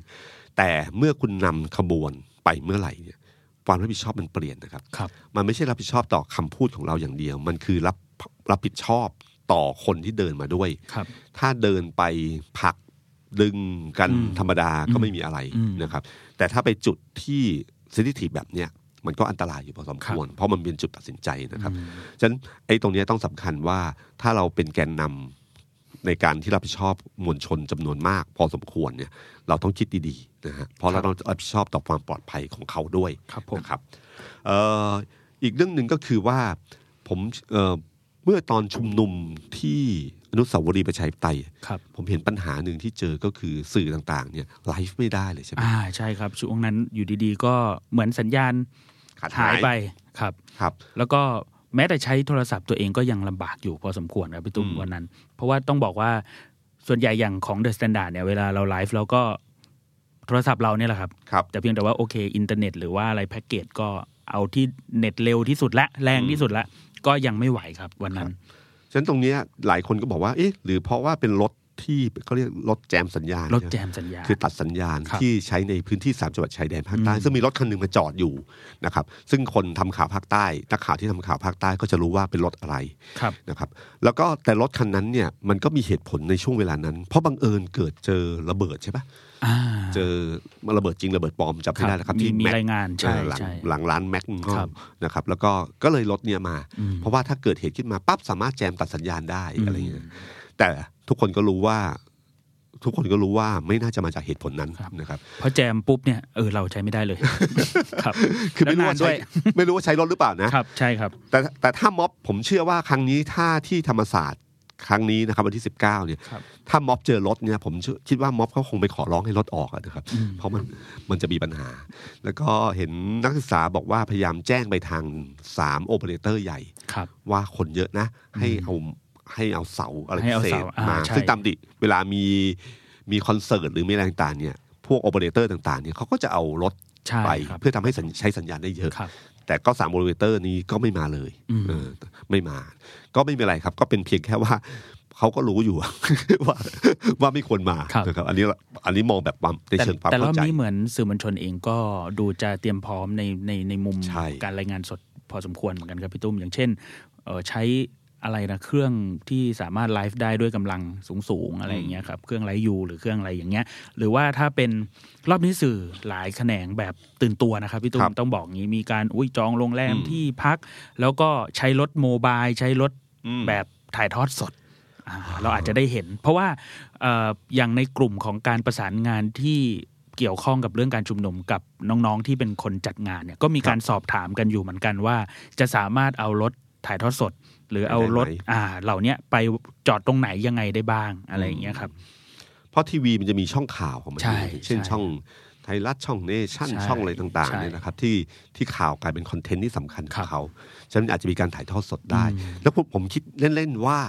[SPEAKER 1] แต่เมื่อคุณนำขบวนไปเมื่อไหร่เนี่ยความรับผิดชอบมันเปลี่ยนนะครับ
[SPEAKER 2] ครับ
[SPEAKER 1] มันไม่ใช่รับผิดชอบต่อคำพูดของเราอย่างเดียว มันคือรับรับผิดชอบต่อคนที่เดินมาด้วย
[SPEAKER 2] ครับ
[SPEAKER 1] ถ้าเดินไปผลักดึงกัน
[SPEAKER 2] อืม
[SPEAKER 1] ธรรมดาก็
[SPEAKER 2] อืม
[SPEAKER 1] ไม่มีอะไร
[SPEAKER 2] อืม
[SPEAKER 1] นะครับ แต่ถ้าไปจุดที่ซินิทีแบบเนี้ยมันก็อันตรายอยู่พอสมควร เพราะมันเป็นจุดตัดสินใจนะครับฉะนั้นไอ้ตรงเนี้ยต้องสำคัญว่าถ้าเราเป็นแกนนำในการที่รับผิดชอบมวลชนจำนวนมาก พอสมควรเนี่ย เราต้องคิดดีๆนะฮะเพราะ
[SPEAKER 2] ครั
[SPEAKER 1] เรา
[SPEAKER 2] บ
[SPEAKER 1] ต้องรับผิดชอบต่อความปลอดภัยของเขาด้วย
[SPEAKER 2] ครับผม
[SPEAKER 1] นะครับเอ่ออีกเรื่องหนึ่งก็คือว่าผมเอ่อเมื่อตอนชุมนุมที่อนุสาวรีย์ประชาธิปไตย
[SPEAKER 2] ครับ
[SPEAKER 1] ผมเห็นปัญหาหนึ่งที่เจอก็คือสื่อต่างๆเนี่ยไลฟ์ไม่ได้เลยใช่ไหม
[SPEAKER 2] อ่าใช่ครับช่วงนั้นอยู่ดีๆ ก็เหมือนสัญญาณ
[SPEAKER 1] ขาด
[SPEAKER 2] หายไปครับ
[SPEAKER 1] ครับ
[SPEAKER 2] แล้วก็แม้แต่ใช้โทรศัพท์ตัวเองก็ยังลำบากอยู่พอสมควรครับพี่ตุ้ม
[SPEAKER 1] อืม
[SPEAKER 2] วันนั้น เพราะว่าต้องบอกว่าส่วนใหญ่อย่างของเดอะสแตนดาร์ดเนี่ยเวลาเราไลฟ์เราก็โทรศัพท์เราเนี่ยแหละครับ
[SPEAKER 1] ครับ
[SPEAKER 2] แต่เพียงแต่ว่าโอเค อินเทอร์เน็ต หรือว่าอะไรแพ็กเกจก็เอาที่เน็ตเร็วที่สุดละแรงที่สุดละก็ยังไม่ไหวครับวันนั้น
[SPEAKER 1] ฉะนั้นตรงเนี้ยหลายคนก็บอกว่าเอ๊ะหรือเพราะว่าเป็นรถที่เขาเรียกรถแจมสัญญาณ
[SPEAKER 2] รถ
[SPEAKER 1] ใช่ไหม
[SPEAKER 2] แจมสัญญา
[SPEAKER 1] คือตัดสัญญาณ
[SPEAKER 2] ครับ
[SPEAKER 1] ที่ใช้ในพื้นที่ 3 จังหวัดชายแดนภาคใต้
[SPEAKER 2] อืม
[SPEAKER 1] ซึ่งมีรถคันหนึ่งมาจอดอยู่นะครับซึ่งคนทำข่าวภาคใต้นักข่าวที่ทำข่าวภาคใต้ก็จะรู้ว่าเป็นรถอะไร
[SPEAKER 2] ครับ
[SPEAKER 1] นะครับแล้วก็แต่รถคันนั้นเนี่ยมันก็มีเหตุผลในช่วงเวลานั้น เพราะบังเอิญเกิดเจอระเบิดใช่ปะ
[SPEAKER 2] า
[SPEAKER 1] เจอระเบิดจริงระเบิดปลอมจำไม่ได้นะครับ
[SPEAKER 2] มี
[SPEAKER 1] ที่
[SPEAKER 2] มี
[SPEAKER 1] แก
[SPEAKER 2] รายงานใช่
[SPEAKER 1] เออหลัง
[SPEAKER 2] ใช่
[SPEAKER 1] หลังร้านแม็ก
[SPEAKER 2] ครับ
[SPEAKER 1] นะครับแล้วก็ก็เลยรถเนี่ยมา
[SPEAKER 2] อืม
[SPEAKER 1] เพราะว่าถ้าเกิดเหตุขึ้นมาปั๊บสามารถแจมตัดสัญญาณได้อะไรอย่างเงี้ย แต่ทุกคนก็รู้ว่า ทุกคนก็รู้ว่าไม่น่าจะมาจากเหตุผลนั้น
[SPEAKER 2] ครับ
[SPEAKER 1] นะครับ
[SPEAKER 2] พอแจมปุ๊บเนี่ยเออเราใช้ไม่ได้เลย ครับ
[SPEAKER 1] คือไม่รู้
[SPEAKER 2] แล้
[SPEAKER 1] ว่า
[SPEAKER 2] วน
[SPEAKER 1] ใช้ไม่รู้ว่าใช้รถหรือเปล่านะ
[SPEAKER 2] ครับใช่ครับ
[SPEAKER 1] แต่แต่ถ้าม็อบผมเชื่อว่าครั้งนี้ถ้าที่ธรรมศาสตร์ครั้งนี้นะครับวันที่ 19เนี่ย
[SPEAKER 2] ครับ
[SPEAKER 1] ถ้าม็อบเจอรถเนี่ยผมเชื่อคิดว่าม็อบเขาคงไปขอร้องให้รถออกอะนะครับเพราะมันมันจะมีปัญหา แล้วก็เห็นนักศึกษาบอกว่าพยายามแจ้งไปทาง3โอเปอเรเตอร์ใหญ่
[SPEAKER 2] ครับ
[SPEAKER 1] ว่าคนเยอะนะ ให้เอาให้เอาเสาอะไร
[SPEAKER 2] ให้
[SPEAKER 1] พิ
[SPEAKER 2] เอา
[SPEAKER 1] เศ
[SPEAKER 2] เสา
[SPEAKER 1] ษ
[SPEAKER 2] อ่า
[SPEAKER 1] มา
[SPEAKER 2] ใช่
[SPEAKER 1] ซึ่งตามดิเวลามีมีคอนเสิร์ตหรือมีอะไรต่างๆเนี่ยพวกโอเปอเรเตอร์ต่างๆเนี่ยเขาก็จะเอารถ
[SPEAKER 2] ใช่
[SPEAKER 1] ไป
[SPEAKER 2] ครับ
[SPEAKER 1] เพื่อทำให้สัญใช้สัญญาณได้เยอะ
[SPEAKER 2] ครับ
[SPEAKER 1] แต่ก็สามโอเปอเรเตอร์นี้ก็ไม่มาเลย
[SPEAKER 2] อืม
[SPEAKER 1] เออไม่มา ก็ไม่เป็นไรครับ ก็เป็นเพียงแค่ว่าเขาก็รู้อยู่ ว่าว่าไม่ควรมานะครับอันนี้อันนี้มองแบบความใน
[SPEAKER 2] แต่
[SPEAKER 1] เชิงความ
[SPEAKER 2] แต่รอ
[SPEAKER 1] เข้า
[SPEAKER 2] บ
[SPEAKER 1] ใจ
[SPEAKER 2] นี้เหมือนสื่อมวลชนเองก็ดูจะเตรียมพร้อมในในในมุม
[SPEAKER 1] ใช่
[SPEAKER 2] การรายงานสดพอสมควรเหมือนกันครับพี่ตุ้มอย่างเช่นเอ่อใช้อะไรนะเครื่องที่สามารถไลฟ์ได้ด้วยกำลังสูงๆอะไรอย่างเงี้ยครับเครื่องไลฟ์ยูหรือเครื่องอะไรอย่างเงี้ย หรือว่าถ้าเป็นรอบนี้สื่อหลายแขนงแบบตื่นตัวนะครับพี่ตุ้
[SPEAKER 1] ครั
[SPEAKER 2] ม
[SPEAKER 1] บ
[SPEAKER 2] ต้องบอกงี้มีการอุ้ยจองโรงแรมที่พัก แล้วก็ใช้รถโมบายใช้รถ
[SPEAKER 1] อืม
[SPEAKER 2] แบบถ่ายทอดสด อ่าเราอาจจะได้เห็น เพราะว่าเอ่ออย่างในกลุ่มของการประสานงานที่เกี่ยวข้องกับเรื่องการชุมนุมกับน้องๆที่เป็นคนจัดงานเนี่ยก็มีการสอบถามกันอยู่เหมือนกันว่า จะสามารถเอารถถ่ายทอดสด หรือเอารถ
[SPEAKER 1] ได้ไหม
[SPEAKER 2] อ่าเหล่าเนี้ยไปจอดตรงไหนยังไงได้บ้างอะไรอย่างเงี้ยครับ
[SPEAKER 1] เพราะทีวีมันจะมีช่องข่าวของมัน
[SPEAKER 2] ใช่
[SPEAKER 1] อยู่เช่น
[SPEAKER 2] ใช่
[SPEAKER 1] ช่องไทยรัฐช่องเนชั่น
[SPEAKER 2] ใช่
[SPEAKER 1] ช่องอะไรต่าง
[SPEAKER 2] ใช่
[SPEAKER 1] ๆเนี่ยนะครับที่ที่ข่าวกลายเป็นคอนเทนต์ที่สำคัญข
[SPEAKER 2] ครั
[SPEAKER 1] อง
[SPEAKER 2] บ
[SPEAKER 1] เขาฉะนั้นอาจจะมีการถ่ายทอดสดได้
[SPEAKER 2] อืม
[SPEAKER 1] แล้วผมผมคิดเล่น ๆ ว่า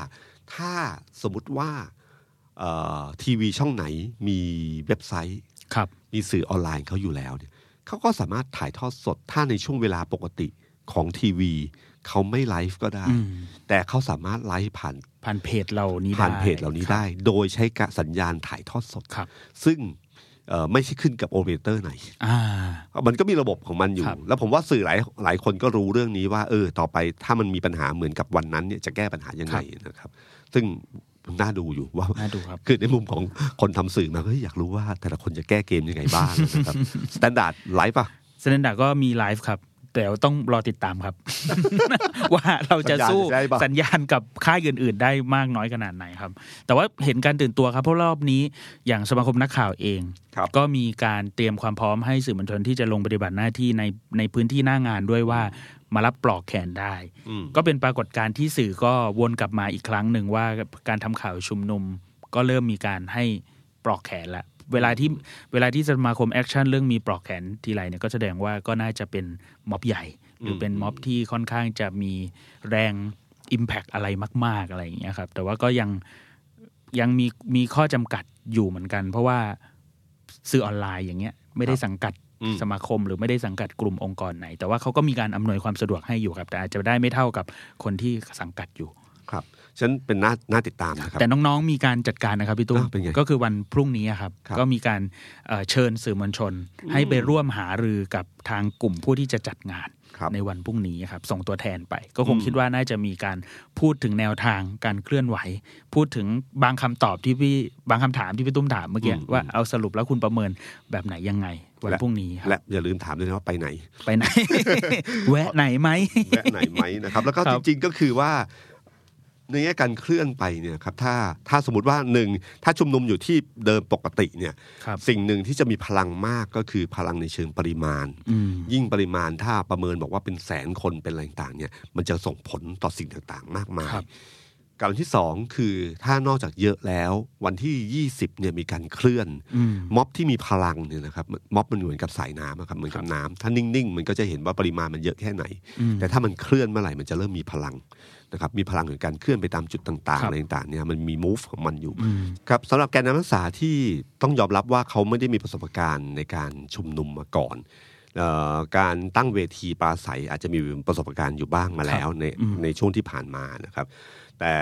[SPEAKER 1] ถ้าสมมติว่าเอ่อทีวีช่องไหนมีเว็บไซต์
[SPEAKER 2] ครับ
[SPEAKER 1] มีสื่อออนไลน์เขาอยู่แล้วเนี่ยเขาก็สามารถถ่ายทอดสด ถ้าในช่วงเวลาปกติของทีวีเขาไม่ไลฟ์ก็ได้
[SPEAKER 2] อืม
[SPEAKER 1] แต่เขาสามารถไลฟ์ผ่าน
[SPEAKER 2] ผ่านเพจเหล่านี้ได้
[SPEAKER 1] ผ่านเพจเหล่านี้ได้ โดยใช้กะสัญญาณถ่ายทอดสด
[SPEAKER 2] ครับ
[SPEAKER 1] ซึ่งเอ่อไม่ใช่ขึ้นกับโอเปอเรเตอร์ไหน
[SPEAKER 2] อ่า
[SPEAKER 1] มันก็มีระบบของมันอยู่
[SPEAKER 2] ครับ
[SPEAKER 1] แล้วผมว่าสื่อหลายหลายคนก็รู้เรื่องนี้ว่า เออ ต่อไปถ้ามันมีปัญหาเหมือนกับวันนั้นเนี่ยจะแก้ปัญหายังไงนะครับ ซึ่งน่าดูอยู่ว่า
[SPEAKER 2] น่าดูครับ
[SPEAKER 1] คือในมุมของคนทำสื่อมาเฮ้ยอยากรู้ว่าแต่ละคนจะแก้เกมยังไงบ้าง นะครับสแตนดาร์ดไลฟ์ป่ะ
[SPEAKER 2] สแตนดาร์ดก็มีไลฟ์ครับ แต่ต้องรอติดตามครับ ว่าเราจะสู้
[SPEAKER 1] สัญญาณจะได้ปะ
[SPEAKER 2] สัญญาณกับค่ายอื่น ๆ ได้มากน้อยขนาดไหนครับ แต่ว่าเห็นการตื่นตัวครับ เพราะรอบนี้อย่างสมาคมนักข่าวเอง
[SPEAKER 1] ครับ
[SPEAKER 2] ก็มีการเตรียมความพร้อมให้สื่อมวลชนที่จะลงปฏิบัติหน้าที่ในในพื้นที่หน้างานด้วยว่ามารับปลอกแขนได้
[SPEAKER 1] อืม
[SPEAKER 2] ก็เป็นปรากฏการณ์ที่สื่อก็วนกลับมาอีกครั้งหนึ่งว่าการทำข่าวชุมนุม ก็เริ่มมีการให้ปลอกแขนละ เวลาที่เวลาที่สมาคมแอคชั่นเรื่องมีปลอกแขนทีไรเนี่ยก็แสดงว่าก็น่าจะเป็นม็อบใหญ่ หรือเป็นม็อบที่ค่อนข้างจะมีแรง Impact อะไรมาก ๆ อะไรอย่างเงี้ยครับ แต่ว่าก็ยัง ยังมีมีข้อจำกัดอยู่เหมือนกัน เพราะว่า สื่อออนไลน์อย่างเงี้ยไม่ได้สังกัด
[SPEAKER 1] อืม
[SPEAKER 2] สมาคมหรือไม่ได้สังกัดกลุ่มองค์กรไหน แต่ว่าเขาก็มีการอำนวยความสะดวกให้อยู่ครับ แต่อาจจะได้ไม่เท่ากับคนที่สังกัดอยู่
[SPEAKER 1] ครับฉะนันเป็นน่าน่าติดตามนะครับ
[SPEAKER 2] แต่น้องๆมีการจัดการนะครับพี่ตุ้ม
[SPEAKER 1] อ้าวเป็นไง
[SPEAKER 2] ก็คือวันพรุ่งนี้อะครับ
[SPEAKER 1] ครับ
[SPEAKER 2] ก็มีการเอ่อเชิญสื่อมวลชน ให้ไปร่วมหารือกับทางกลุ่มผู้ที่จะจัดงาน
[SPEAKER 1] ครับ
[SPEAKER 2] ในวันพรุ่งนี้ครับ ส่งตัวแทนไป ก็คง
[SPEAKER 1] อืม
[SPEAKER 2] คิดว่าน่าจะมีการพูดถึงแนวทางการเคลื่อนไหว พูดถึงบางคำตอบที่พี่บางคำถามที่พี่ตุ้มถามเมื่อกี้
[SPEAKER 1] อืม
[SPEAKER 2] ว่าเอาสรุปแล้วคุณประเมินแบบไหนยังไง วันพรุ่งนี้ครับ
[SPEAKER 1] และอย่าลืมถามด้วยนะว่าไปไหน
[SPEAKER 2] ไปไหน แวะไหนไหม
[SPEAKER 1] แวะไหนไหมนะครับ แล้วก็
[SPEAKER 2] ครั
[SPEAKER 1] จ
[SPEAKER 2] บ
[SPEAKER 1] ริงๆก็คือว่า ในแง่การเคลื่อนไปเนี่ยครับถ้าถ้าสมมติว่าหนึ่งถ้าชุมนุมอยู่ที่เดิมปกติเนี่ย
[SPEAKER 2] ครับ
[SPEAKER 1] สิ่งหนึ่งที่จะมีพลังมากก็คือพลังในเชิงปริมาณ
[SPEAKER 2] อืม
[SPEAKER 1] ยิ่งปริมาณถ้าประเมินบอกว่าเป็นแสนคนเป็นอะไรต่างๆเนี่ย มันจะส่งผลต่อสิ่งต่างๆ มากมาย
[SPEAKER 2] ครับ
[SPEAKER 1] การที่สองคือถ้านอกจากเยอะแล้ว วันที่ 20เนี่ยมีการเคลื่อน
[SPEAKER 2] อืม
[SPEAKER 1] ม็อบที่มีพลังเนี่ยนะครับม็อบมันเหมือนกับสายน้ำอะครับเหมือนกับน้ำถ้านิ่งๆ มันก็จะเห็นว่าปริมาณมันเยอะแค่ไหน
[SPEAKER 2] อืม
[SPEAKER 1] แต่ถ้ามันเคลื่อนเมื่อไหร่มันจะเริ่มมีพลังนะครับมีพลังของการเคลื่อนไปตามจุดต่างๆ
[SPEAKER 2] ครับ
[SPEAKER 1] อะไรต่างๆเนี่ยมันมี move ของมันอยู่
[SPEAKER 2] อืม
[SPEAKER 1] ครับสำหรับแกนนำนักศึกษาที่ต้องยอมรับว่าเขาไม่ได้มีประสบการณ์ในการชุมนุมมาก่อนเออการตั้งเวทีปราศัยอาจจะมีประสบการณ์อยู่บ้างมาแล้วใน
[SPEAKER 2] อืม
[SPEAKER 1] ในช่วงที่ผ่านมานะครับ แต่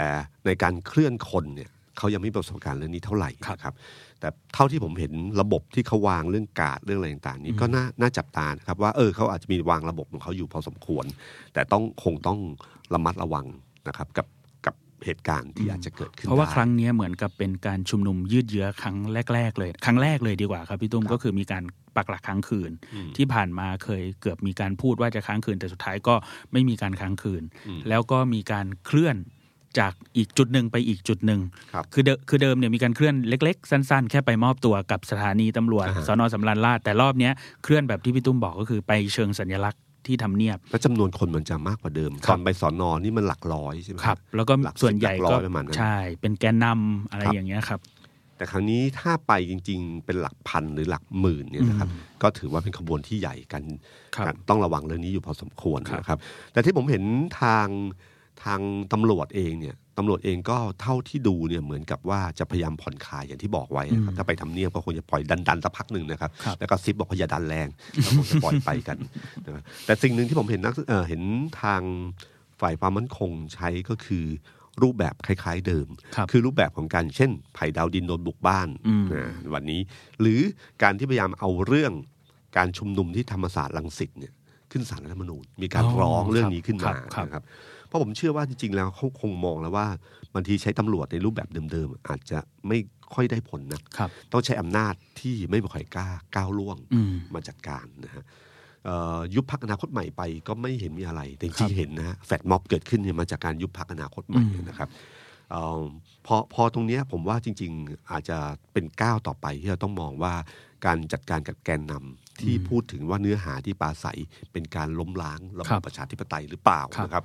[SPEAKER 1] ในการเคลื่อนคนเนี่ยเขายังไม่มีประสบการณ์เรื่องนี้เท่าไหร่นะครับแต่เท่าที่ผมเห็นระบบที่เขาวางเรื่องการดเรื่องอะไรต่างๆนี้ก็น่าน่าจับตานะครับว่าเออเขาอาจจะมีวางระบบของเขาอยู่พอสมควร แต่ต้องคงต้องระมัดระวังนะครับกับกับเหตุการณ์ที่อาจจะเกิดขึ้น
[SPEAKER 2] เพราะว่า
[SPEAKER 1] ได้
[SPEAKER 2] ครั้งเนี้ยเหมือนกับเป็นการชุมนุมยืดเยื้อครั้งแรก ๆ เลย ครั้งแรกเลยดีกว่าครับพี่ตุ้มก็คือมีการปักหลักค้างคืน ที่ผ่านมาเคยเกือบมีการพูดว่าจะค้างคืน แต่สุดท้ายก็ไม่มีการค้างคืน แล้วก็มีการเคลื่อนจากอีกจุดหนึ่งไปอีกจุดหนึ่ง
[SPEAKER 1] ครับ
[SPEAKER 2] อเดิคือเดิมเนี่ยมีการเคลื่อนเล็ก ๆ สั้น ๆ แค่ไปมอบตัวกับสถานีตำรวจสนสำราญราษฎร์แต่รอบเนี้ยเคลื่อนแบบที่พี่ตุ้มบอกก็คือไปเชิงสัญลักษณ์ที่ทำเนียบ
[SPEAKER 1] แล้วจำนวนคนมันจะมากกว่าเดิมต
[SPEAKER 2] ครั
[SPEAKER 1] อ
[SPEAKER 2] บ
[SPEAKER 1] นไปสอนอนี่มันหลักร้อยใช่ไหม
[SPEAKER 2] ครับ แล้วก็
[SPEAKER 1] หลักสิบ
[SPEAKER 2] ส่วนใหญ่
[SPEAKER 1] หลักร้
[SPEAKER 2] ก็
[SPEAKER 1] อยประมาณนั้น
[SPEAKER 2] ใช่ เป็นแกนนำอะไรอย่างเงี้ยครับ
[SPEAKER 1] แต่ครั้งนี้ถ้าไปจริง ๆ เป็นหลักพันหรือหลักหมื่นเนี่ยนะครับ ก็ถือว่าเป็นขบวนที่ใหญ่กัน
[SPEAKER 2] ครับ
[SPEAKER 1] กันต้องระวังเรื่องนี้อยู่พอสมควรนะครับ แต่ที่ผมเห็นทางทางตำรวจเองเนี่ยตำรวจเองก็เท่าที่ดูเนี่ยเหมือนกับว่าจะพยายามผ่อนคลายอย่างที่บอกไว้นะครับถ้าไปทำเนียบก็คงจะปล่อยดันดันๆสักพักหนึ่งนะครับ
[SPEAKER 2] ครับ
[SPEAKER 1] แล้วก็ซิปบอกว่าอย่าดันแรงก็คงจะปล่อยไปกัน นะครับแต่สิ่งหนึ่งที่ผมเห็นนักเอ่อเห็นทางฝ่ายความมั่นคงใช้ก็คือรูปแบบคล้าย ๆ เดิม
[SPEAKER 2] ครับ
[SPEAKER 1] คือรูปแบบของการเช่นไผ่ดาวดินโดนบุกบ้าน
[SPEAKER 2] อืม
[SPEAKER 1] นะวันนี้ หรือการที่พยายามเอาเรื่องการชุมนุมที่ธรรมศาสตร์ลังสิตเนี่ยขึ้นศาลรัฐธรรมนูญมีการ
[SPEAKER 2] อ๋อ
[SPEAKER 1] ร้องเรื่อง
[SPEAKER 2] ครับ
[SPEAKER 1] นี้ขึ้นมา
[SPEAKER 2] ครับครับ
[SPEAKER 1] นะครับเพราะผมเชื่อว่าจริงๆแล้วเขาคงมองแล้วว่าบางทีใช้ตำรวจในรูปแบบเดิมๆอาจจะไม่ค่อยได้ผลนะครับ ต้องใช้อำนาจที่ไม่ค่อยกล้าก้าวล่วง
[SPEAKER 2] อืม
[SPEAKER 1] มาจัดการนะฮะเอ่อยุบพักอนาคตใหม่ไปก็ไม่เห็นมีอะไร แต่ที่เห็นนะฮะแฟดม็อบเกิดขึ้นเนี่ยมาจากการยุบพักอนาคตใหม่
[SPEAKER 2] อืม
[SPEAKER 1] นะครับเอ่อพอพอตรงเนี้ยผมว่าจริง ๆ อาจจะเป็นก้าวต่อไปที่เราต้องมองว่าการจัดการกับแกนนำที่พูดถึงว่าเนื้อหาที่ปราศัยเป็นการล้มล้างระบ
[SPEAKER 2] ครับ บ
[SPEAKER 1] บประชาธิปไตยหรือเปล่านะครับ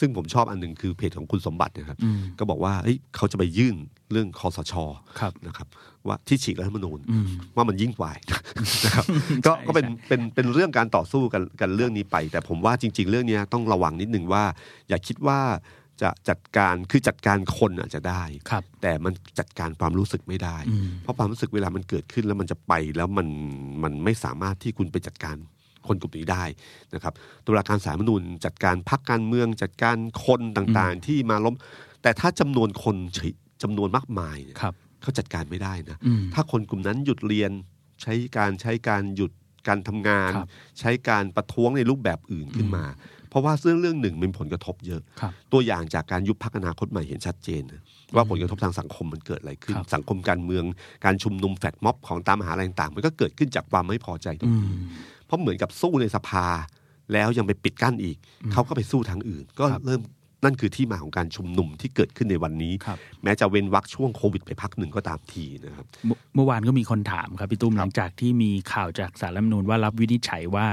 [SPEAKER 1] ซึ่งผมชอบอันหนึงคือเพจของคุณสมบัตินะครับ
[SPEAKER 2] อืม
[SPEAKER 1] ก็บอกว่าเอ้ยเขาจะไปยื่นเรื่องคอสช
[SPEAKER 2] ครับ
[SPEAKER 1] นะครับว่าที่ฉีกรัฐธรรมนูญ
[SPEAKER 2] อืม
[SPEAKER 1] ว่ามันยิ่งกว่า นะครับก็
[SPEAKER 2] ใช่
[SPEAKER 1] ก็เป็น
[SPEAKER 2] ใช่
[SPEAKER 1] เป็นเป็นเรื่องการต่อสู้กันกันเรื่องนี้ไป แต่ผมว่าจริง ๆ เรื่องเนี้ยต้องระวังนิดนึงว่า อย่าคิดว่าจะจัดการคือจัดการคนอาจจะได้
[SPEAKER 2] ครับ
[SPEAKER 1] แต่มันจัดการความรู้สึกไม่ได้
[SPEAKER 2] อืม
[SPEAKER 1] เพราะความรู้สึกเวลามันเกิดขึ้นแล้วมันจะไปแล้วมันมันไม่สามารถที่คุณไปจัดการคนกลุ่มนี้ได้นะครับตุลาการสาลรฐธรรมนูญจัดการพักการเมืองจัดการคนต่างๆ ที่มาล้ม แต่ถ้าจำนวนคนเฉยจำนวนมากมายเนี่ย
[SPEAKER 2] ครับ
[SPEAKER 1] เขาจัดการไม่ได้นะ
[SPEAKER 2] อืม
[SPEAKER 1] ถ้าคนกลุ่มนั้นหยุดเรียนใช้การใช้การหยุดการทำงาน
[SPEAKER 2] ครับ
[SPEAKER 1] ใช้การประท้วงในรูปแบบอื่นขึ้นมา เพราะว่าเรื่องเรื่องหนึ่งมันผลกระทบเยอะ
[SPEAKER 2] ครับ
[SPEAKER 1] ตัวอย่างจากการยุบพักอนาคตใหม่เห็นชัดเจนนะว่าผลกระทบทางสังคมมันเกิดอะไรขึ้น
[SPEAKER 2] ครับ
[SPEAKER 1] สังคมการเมืองการชุมนุมแฟดม็อบของตามมหาลัยต่างๆ มันก็เกิดขึ้นจากความไม่พอใจตรง
[SPEAKER 2] อื
[SPEAKER 1] นี้
[SPEAKER 2] ม
[SPEAKER 1] เพราะเหมือนกับสู้ในสภา แล้วยังไปปิดกั้นอีก เขาก็ไปสู้ทางอื่น ก็
[SPEAKER 2] ครับ
[SPEAKER 1] เริ่มนั่นคือที่มาของการชุมนุมที่เกิดขึ้นในวันนี้
[SPEAKER 2] ครับ
[SPEAKER 1] แม้จะเว้นวักช่วงโควิดไปพักหนึ่งก็ตามทีนะครับ
[SPEAKER 2] เมื่อเมื่อวานก็มีคนถามครับพี่ตุ้มหลังจากที่มีข่าวจากสารรัฐธรรมนูญว่ารับวินิจฉัยว่า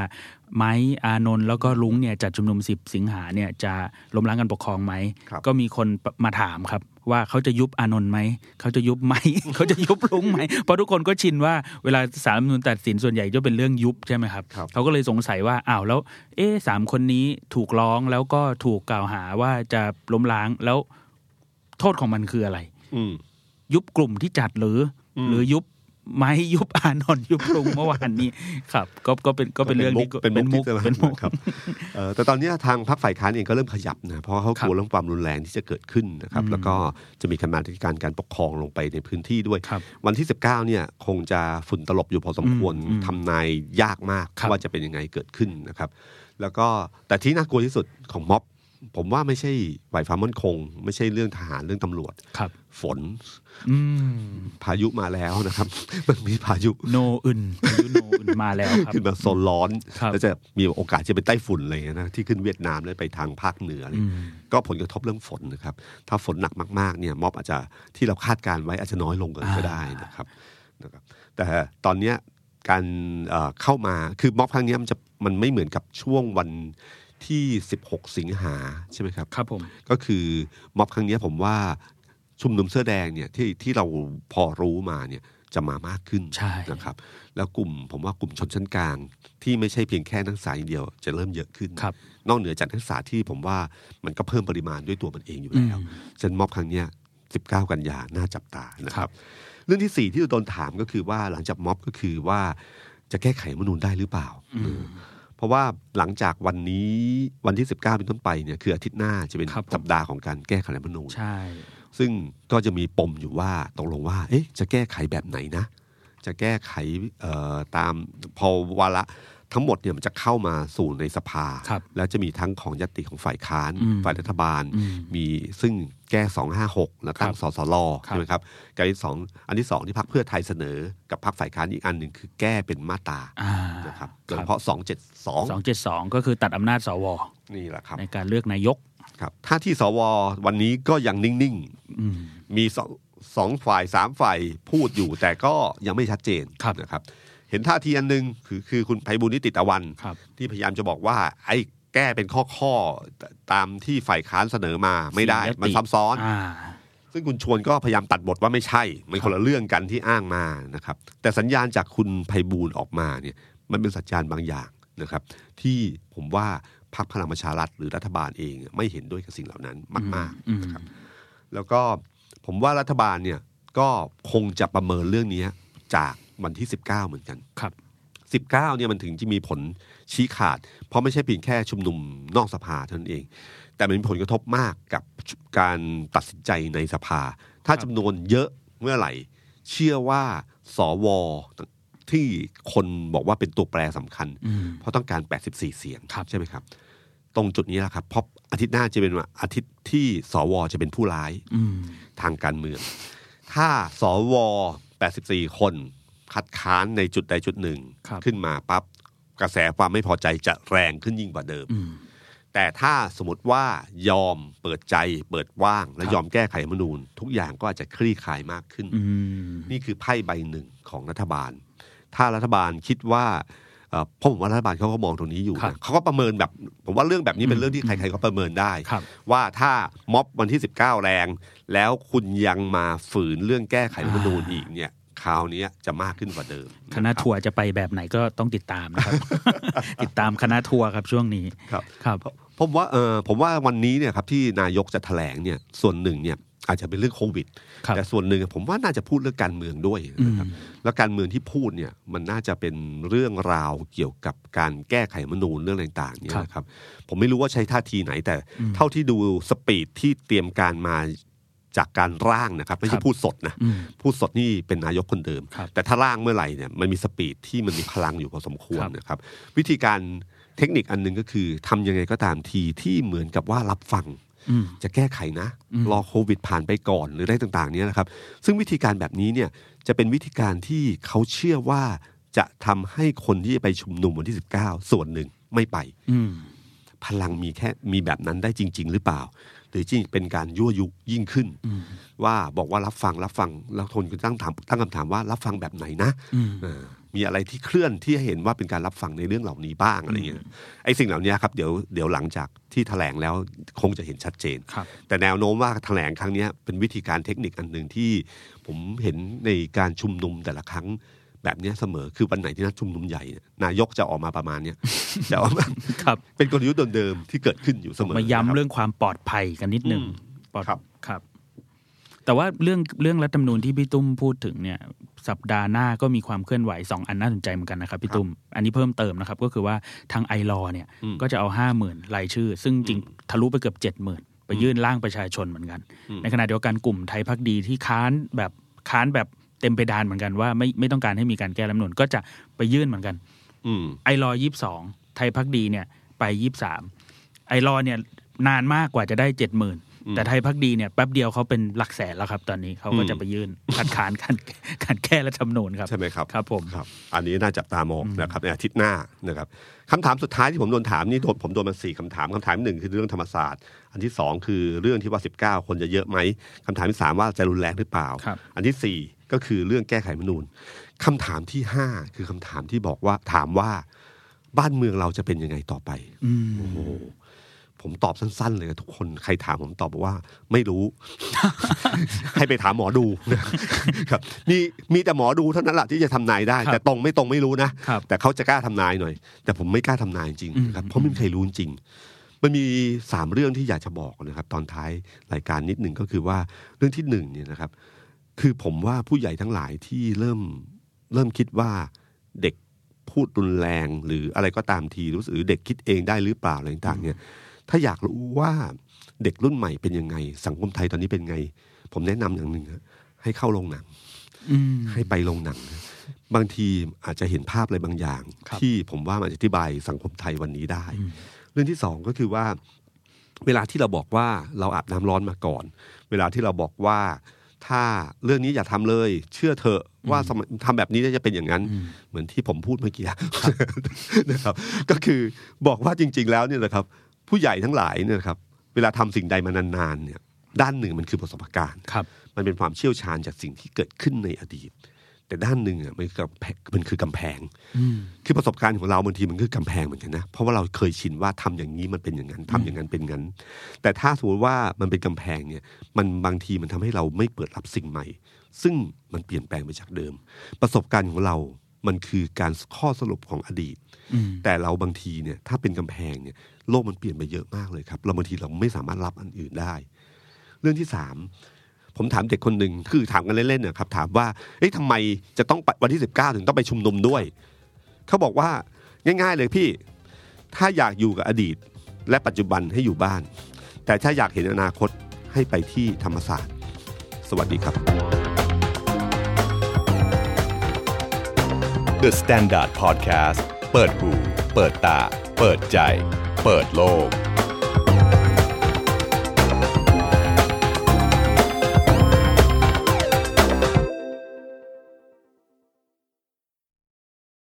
[SPEAKER 2] ไม้อานนท์แล้วก็ลุงเนี่ยจัดชุมนุม 10 สิงหาเนี่ยจะล้มล้างการปกครองไหม
[SPEAKER 1] ครับ
[SPEAKER 2] ก็มีคนมาถามครับ ว่าเขาจะยุบอานนท์ไหม เขาจะยุบไหม เขาจะยุบลุงไหม เพราะทุกคนก็ชินว่าเวลาสารรัฐธรรมนูญตัดสินส่วนใหญ่จะเป็นเรื่องยุบใช่ไหมครับ
[SPEAKER 1] ครับ
[SPEAKER 2] เขาก็เลยสงสัยว่าอ้าวแล้ว เอ๊ะสามคนนี้ถูกร้องแล้วก็ถูกกล่าวหาว่าจะล้มล้างแล้วโทษของมันคืออะไร
[SPEAKER 1] อืม
[SPEAKER 2] ยุบกลุ่มที่จัดหรืออ
[SPEAKER 1] ม
[SPEAKER 2] หรือยุบ ไม้ยุบอานนท์ยุบลุงเมื่อวาน นี้ ครับ ก็ก็เป็นก็เป็นเรื่องที่
[SPEAKER 1] เป็นมุกที่
[SPEAKER 2] เป็นมุก
[SPEAKER 1] จะาครับเอ่ อแต่ตอนนี้ทางพรรคฝ่ายค้านเองก็เริ่มขยับนะเพราะเขา
[SPEAKER 2] ครั
[SPEAKER 1] ก
[SPEAKER 2] บ
[SPEAKER 1] ลัวเรื่องความรุนแรงที่จะเกิดขึ้นนะครับ แล้วก็จะมีคณะกรรมาธิการการปกครองลงไปในพื้นที่ด้วย
[SPEAKER 2] ครับ
[SPEAKER 1] วันที่ 19เนี่ยคงจะฝุ่นตลบอยู่พอสมควร
[SPEAKER 2] อืม
[SPEAKER 1] ทำนายยากมาก
[SPEAKER 2] ครับ
[SPEAKER 1] ว่าจะเป็นยังไงเกิดขึ้นนะครับ แล้วก็แต่ที่น่ากลัวที่สุดของม็อบ ผมว่าไม่ใช่ไหวฟ้ามั่นคง ไม่ใช่เรื่องทหารเรื่องตำรวจ
[SPEAKER 2] ครับ
[SPEAKER 1] ฝน
[SPEAKER 2] อืม
[SPEAKER 1] พายุมาแล้วนะครับ มันมีพายุ
[SPEAKER 2] โนอึนพายุโนอึนมาแล้วครับ
[SPEAKER 1] ขึ้นมาโซนร้อน
[SPEAKER 2] ครับ
[SPEAKER 1] แล้วจะมีโอกาสจะเป็นไต้ฝุ่นอะไรอย่างเงี้ยนะที่ขึ้นเวียดนามแล้วไปทางภาคเหนืออะไร
[SPEAKER 2] อืม
[SPEAKER 1] ก็ผลกระทบเรื่องฝนนะครับ ถ้าฝนหนักมากๆเนี่ยม็อบอาจจะที่เราคาดการไว้อาจจะน้อยลงกันก็ได้นะครับนะครับ แต่ตอนเนี้ยการเอ่อเข้ามาคือม็อบครั้งเนี้ยมันจะมันไม่เหมือนกับช่วงวันที่ 16 สิงหาใช่ไหมครับ
[SPEAKER 2] ครับผม
[SPEAKER 1] ก็คือม็อบครั้งเนี้ยผมว่าชุมนุมเสื้อแดงเนี่ยที่ที่เราพอรู้มาเนี่ยจะมามากขึ้น
[SPEAKER 2] ใช่
[SPEAKER 1] นะครับ แล้วกลุ่มผมว่ากลุ่มชนชั้นกลาง ที่ไม่ใช่เพียงแค่นักศึกษาอย่างเดียวจะเริ่มเยอะขึ้น
[SPEAKER 2] ครับ
[SPEAKER 1] นอกเหนือจากนักศึกษาที่ผมว่ามันก็เพิ่มปริมาณด้วยตัวมันเองอยู่แล้วเซนม็อบครั้งเนี้ย19 กันยาน่าจับตานะค
[SPEAKER 2] ครั
[SPEAKER 1] รับ
[SPEAKER 2] บ
[SPEAKER 1] เรื่องที่สี่ที่โดนถามก็คือว่าหลังจากม็อบก็คือว่าจะแก้ไขรัฐธรรมนูญได้หรือเปล่า เพราะว่าหลังจากวันนี้วันที่ 19เป็นต้นไปเนี่ยคืออาทิตย์หน้าจะเป็น
[SPEAKER 2] ครับผม
[SPEAKER 1] สัปดาห์ของการแก้ไขรัฐธรรมนูญ
[SPEAKER 2] ใช่
[SPEAKER 1] ซึ่งก็จะมีปมอยู่ว่าตกลงว่า เอ๊ะ จะแก้ไขแบบไหนนะ จะแก้ไขเอ่อตามพอวาระทั้งหมดเนี่ยมันจะเข้ามาสู่ในสภา
[SPEAKER 2] ครับ
[SPEAKER 1] แล้วจะมีทั้งของยตติของฝ่ายค้าน
[SPEAKER 2] อืม
[SPEAKER 1] ฝ่ายรัฐบาล
[SPEAKER 2] อืม
[SPEAKER 1] มีซึ่งแก้ 256 แล้วตั้
[SPEAKER 2] ครั
[SPEAKER 1] ง
[SPEAKER 2] บ
[SPEAKER 1] สสล
[SPEAKER 2] ครับ
[SPEAKER 1] ใช่ไหมครับกับที่สองอันที่สองที่พรรคเพื่อไทยเสนอ กับพรรคฝ่ายค้านอีกอันหนึ่งคือแก้เป็นมาตรา
[SPEAKER 2] อ่า
[SPEAKER 1] นะครับโดยเฉพาะ272
[SPEAKER 2] สองเจ็ดสองก็คือตัดอำนาจสว
[SPEAKER 1] นี่แหละครับ
[SPEAKER 2] ในการเลือกนายก
[SPEAKER 1] ครับถ้าที่สววันนี้ก็ยังนิ่ง
[SPEAKER 2] อืม
[SPEAKER 1] ๆ มีสองสองฝ่ายสามฝ่ายพูดอยู่ แต่ก็ยังไม่ชัดเจน
[SPEAKER 2] ครับ
[SPEAKER 1] นะครับ เห็นท่าทีอันหนึ่งคือคือคุณไพบุญนิติตะวัน
[SPEAKER 2] ครับ
[SPEAKER 1] ที่พยายามจะบอกว่าไอ้แก้เป็นข้อข้อๆตตามที่ฝ่ายค้านเสนอมาไม่ได้
[SPEAKER 2] สี่ยติ
[SPEAKER 1] มันซับซ้อน
[SPEAKER 2] อ่า
[SPEAKER 1] ซึ่งคุณชวนก็พยายามตัดบทว่าไม่ใช่ มันคนละเรื่องกันที่อ้างมานะครับ แต่สัญญาณจากคุณไพบูลย์ออกมาเนี่ยมันเป็นสัญญาณบางอย่างนะครับ ที่ผมว่าพรรคพลังประชารัฐหรือรัฐบาลเองไม่เห็นด้วยกับสิ่งเหล่านั้นมาก
[SPEAKER 2] อืม
[SPEAKER 1] ๆนะครับแล้วก็ผมว่ารัฐบาลเนี่ยก็คงจะประเมินเรื่องนี้จากวันที่ 19 เหมือนกัน
[SPEAKER 2] ครับ
[SPEAKER 1] 19เนี่ยมันถึงจะมีผลชี้ขาด เพราะไม่ใช่เพียงแค่ชุมนุมนอกสภาเท่านั้นเอง แต่มันมีผลกระทบมากกับการตัดสินใจในสภา ถ้าจำนวนเยอะเมื่อไหร่ เชื่อว่าสวที่คนบอกว่าเป็นตัวแปรสำคัญ
[SPEAKER 2] อืม
[SPEAKER 1] เพราะต้องการ 84 เสียง
[SPEAKER 2] ครับ
[SPEAKER 1] ใช่ไหมครับ ตรงจุดนี้แหละครับเพราะอาทิตย์หน้าจะเป็นวันอาทิตย์ที่สวจะเป็นผู้ร้าย
[SPEAKER 2] อืม
[SPEAKER 1] ทางการเมือง ถ้าสว 84 คนคัดค้านในจุดใดจุดหนึ่ง
[SPEAKER 2] ครับ
[SPEAKER 1] ขึ้นมาปั๊บกระแสความไม่พอใจจะแรงขึ้นยิ่งกว่าเดิม
[SPEAKER 2] อืม
[SPEAKER 1] แต่ถ้าสมมติว่ายอมเปิดใจเปิดว่าง และยอมแก้ไขรัฐธรรมนูญ ทุกอย่างก็อาจจะคลี่คลายมากขึ้น
[SPEAKER 2] อืม
[SPEAKER 1] นี่คือไพ่ใบหนึ่งของรัฐบาล ถ้ารัฐบาลคิดว่าเอ่อเพราะผมว่ารัฐบาลเขาก็มองตรงนี้อยู่
[SPEAKER 2] ครับ
[SPEAKER 1] นะเขาก็ประเมินแบบ ผมว่าเรื่องแบบนี้เป็นเรื่องที่ใครๆก็ประเมินได้
[SPEAKER 2] ครับ
[SPEAKER 1] ว่าถ้าม็อบวันที่ 19 แรง แล้วคุณยังมาฝืนเรื่องแก้ไขรัฐธรรมนูญอีกเนี่ยคราวเนี้ยจะมากขึ้นกว่าเดิม
[SPEAKER 2] คณะทัวร์จะไปแบบไหนก็ต้องติดตามนะครับ ติดตามคณะทัวร์ครับช่วงนี้
[SPEAKER 1] ครับ
[SPEAKER 2] ครับ
[SPEAKER 1] ผมว่าเออผมว่าวันนี้เนี่ยครับที่นายกจะแถลงเนี่ยส่วนหนึ่งเนี่ยอาจจะเป็นเรื่องโควิด
[SPEAKER 2] ครับ
[SPEAKER 1] แต่ส่วนหนึ่งผมว่าน่าจะพูดเรื่องการเมืองด้วยนะครับแล้วการเมืองที่พูดเนี่ยมันน่าจะเป็นเรื่องราวเกี่ยวกับการแก้ไขรัฐธรรมนูญเรื่องอะไรต่างๆเนี่ย
[SPEAKER 2] ครับ
[SPEAKER 1] นะครับ ผมไม่รู้ว่าใช้ท่าทีไหน แต่เท่าที่ดูสปีดที่เตรียมการมาจากการร่างนะครับ ไม่
[SPEAKER 2] ครั
[SPEAKER 1] ใช่
[SPEAKER 2] บ
[SPEAKER 1] พูดสดนะ
[SPEAKER 2] อืม
[SPEAKER 1] พูดสดนี่เป็นนายกคนเดิม
[SPEAKER 2] ครับ
[SPEAKER 1] แต่ถ้าร่างเมื่อไหร่เนี่ยมันมีสปีดที่มันมีพลังอยู่พอสมควร
[SPEAKER 2] ครับ
[SPEAKER 1] นะครับ วิธีการเทคนิคอันหนึงก็คือทำยังไงก็ตามทีที่เหมือนกับว่ารับฟัง
[SPEAKER 2] อืม
[SPEAKER 1] จะแก้ไขนะ
[SPEAKER 2] อืม
[SPEAKER 1] รอโควิดผ่านไปก่อนหรืออะไรต่างๆ เนี่ยนะครับ ซึ่งวิธีการแบบนี้เนี่ยจะเป็นวิธีการที่เขาเชื่อว่าจะทำให้คนที่จะไปชุมนุมวันที่ 19 ส่วนหนึ่งไม่ไป
[SPEAKER 2] อืม
[SPEAKER 1] พลังมีแค่มีแบบนั้นได้จริง ๆ หรือเปล่า หรือจริงเป็นการยั่วยุยิ่งขึ้น ว่าบอกว่ารับฟังรับฟังแล้วทนก็ตั้งถามตั้งคำถามว่ารับฟังแบบไหนนะ
[SPEAKER 2] อืม
[SPEAKER 1] เออมีอะไรที่เคลื่อนที่เห็นว่าเป็นการรับฟังในเรื่องเหล่านี้บ้างอะไรเงี้ยไอ้สิ่งเหล่านี้ครับเดี๋ยวเดี๋ยวหลังจากที่แถลงแล้วคงจะเห็นชัดเจน
[SPEAKER 2] ครับ
[SPEAKER 1] แต่แนวโน้มว่าแถลงครั้งเนี้ยเป็นวิธีการเทคนิคอันหนึ่งที่ผมเห็นในการชุมนุมแต่ละครั้งแบบเนี้ยเสมอคือวันไหนที่นัดชุมนุมใหญ่เนี่ยนายกจะออกมาประมาณเนี้ย จะออกมา
[SPEAKER 2] ครับ
[SPEAKER 1] เป็นกลยุทธ์เดิมๆที่เกิดขึ้นอยู่เสมอ
[SPEAKER 2] มา
[SPEAKER 1] นะค
[SPEAKER 2] ย้ำ
[SPEAKER 1] บ
[SPEAKER 2] เรื่องความปลอดภัยกันนิดหนึ่ง
[SPEAKER 1] อืม
[SPEAKER 2] ปลอด
[SPEAKER 1] ครับ
[SPEAKER 2] ครับ แต่ว่าเรื่องเรื่องรัฐธรรมนูญที่พี่ตุ้มพูดถึงเนี่ยสัปดาห์หน้าก็มีความเคลื่อนไหว 2 อันน่าสนใจเหมือนกันนะครับพี่ตุ้มอันนี้เพิ่มเติมนะครับก็คือว่าทางไอรอเนี่ย
[SPEAKER 1] อืม
[SPEAKER 2] ก็จะเอา 5 0,000รายชื่อ ซึ่งจริงทะลุไปเกือบ7 0,000 ไปยื่นร่างประชาชนเหมือนกัน
[SPEAKER 1] อืม
[SPEAKER 2] ในขณะเดียวกันกลุ่มไทยพักดีที่ค้านแบบค้านแบบเต็มเพดานเหมือนกันว่าไม่ไม่ต้องการให้มีการแก้รัฐธรรมนูญก็จะไปยื่นเหมือนกัน
[SPEAKER 1] อืม
[SPEAKER 2] ไอรอยี่สองไทยพักดีเนี่ยไปยี่สามไอรอเนี่ยนานมากกว่าจะได้เจ็ดหมื่น
[SPEAKER 1] อืม
[SPEAKER 2] แต่ไทยพักดีเนี่ยแป๊บเดียวเขาเป็นหลักแสนแล้วครับ ตอนนี้เขาก็
[SPEAKER 1] อืม
[SPEAKER 2] จะไปยื่นคัดค้านการ การแก้รัฐธรรมนูญครับ
[SPEAKER 1] ใช่ไหมครับ
[SPEAKER 2] ครับผม
[SPEAKER 1] ครับอันนี้น่าจับตามองนะครับในอาทิตย์หน้านะครับคำถามสุดท้ายที่ผมโดนถามนี่โดนผมโดนมาสี่คำถามคำถามหนึ่งคือเรื่องธรรมศาสตร์ อันที่สองคือเรื่องที่ว่า 19 คนจะเยอะไหมคำถามที่สามว่าจะรุนแรงหรือเปล่า
[SPEAKER 2] ครับ
[SPEAKER 1] อันที่สี่ก็คือเรื่องแก้ไขรัฐธรรมนูญคำถามที่ห้าคือคำถามที่บอกว่าถามว่าบ้านเมืองเราจะเป็นยังไงต่อไป
[SPEAKER 2] อืม
[SPEAKER 1] โอ้โหผมตอบสั้น ๆ เลยทุกคนใครถามผมตอบบอกว่า ไม่รู้ ให้ไปถามหมอดู นะครับมีมีแต่หมอดูเท่านั้นแหละที่จะทำนายได้
[SPEAKER 2] ครับ
[SPEAKER 1] แต่ตรงไม่ตรงไม่รู้นะ
[SPEAKER 2] ครับ
[SPEAKER 1] แต่เขาจะกล้าทำนายหน่อย แต่ผมไม่กล้าทำนายจริง
[SPEAKER 2] อืม
[SPEAKER 1] นะครับเพราะไม่มีใครรู้จริง มันมีสามเรื่องที่อยากจะบอกนะครับ ตอนท้ายรายการนิดหนึ่งก็คือว่าเรื่องที่หนึ่งเนี่ยนะครับ คือผมว่าผู้ใหญ่ทั้งหลายที่เริ่มเริ่มคิดว่าเด็กพูดรุนแรงหรืออะไรก็ตามทีรู้สึกหรือเด็กคิดเองได้หรือเปล่าอะไรต่างๆเนี่ย ถ้าอยากรู้ว่าเด็กรุ่นใหม่เป็นยังไง สังคมไทยตอนนี้เป็นไง ผมแนะนำอย่างหนึ่งฮะให้เข้าโรงหนัง
[SPEAKER 2] อืม
[SPEAKER 1] ให้ไปโรงหนังนะบางทีอาจจะเห็นภาพอะไรบางอย่าง
[SPEAKER 2] ครับ
[SPEAKER 1] ที่ผมว่ามันอธิบายสังคมไทยวันนี้ได้
[SPEAKER 2] อืม
[SPEAKER 1] เรื่องที่สองก็คือว่า เวลาที่เราบอกว่าเราอาบน้ำร้อนมาก่อน เวลาที่เราบอกว่า ถ้าเรื่องนี้อย่าทำเลย เชื่อเถอะว่าสมัยทำแบบนี้แล้วจะเป็นอย่างนั้น เหมือนที่ผมพูดเมื่อ กี้ นะครับ ก็คือบอกว่าจริง ๆ แล้วเนี่ยนะครับ ผู้ใหญ่ทั้งหลายเนี่ยนะครับ เวลาทำสิ่งใดมานานๆเนี่ย ด้านหนึ่งมันคือประสบการณ์
[SPEAKER 2] ครับ
[SPEAKER 1] มันเป็นความเชี่ยวชาญจากสิ่งที่เกิดขึ้นในอดีต แต่ด้านหนึ่งอ่ะมันคือกำแพงมันคือกำแพง
[SPEAKER 2] อืม
[SPEAKER 1] คือประสบการณ์ของเราบางทีมันคือกำแพงเหมือนกันนะ เพราะว่าเราเคยชินว่าทำอย่างนี้มันเป็นอย่างนั้นทำอย่างนั้นเป็นงั้น แต่ถ้าสมมติว่ามันเป็นกำแพงเนี่ย มันบางทีมันทำให้เราไม่เปิดรับสิ่งใหม่ ซึ่งมันเปลี่ยนแปลงไปจากเดิม ประสบการณ์ของเรา มันคือการข้อสรุปของอดีต
[SPEAKER 2] อืม
[SPEAKER 1] แต่เราบางทีเนี่ยถ้าเป็นกำแพงเนี่ยโลกมันเปลี่ยนไปเยอะมากเลยครับ เราบางทีเราไม่สามารถรับอันอื่นได้ เรื่องที่สามผมถามเด็กคนหนึ่งคือถามกันเล่นๆนะครับถามว่าเอ๊ะทำไมจะต้องไปวันที่สิบเก้าถึงต้องไปชุมนุมด้วย เขาบอกว่าง่าย ๆ เลยพี่ ถ้าอยากอยู่กับอดีต และปัจจุบันให้อยู่บ้าน แต่ถ้าอยากเห็นอนาคตให้ไปที่ธรรมศาสตร์ สวัสดีครับ
[SPEAKER 3] The Standard Podcast เปิดหูเปิดตา เปิดใจ เปิดโลก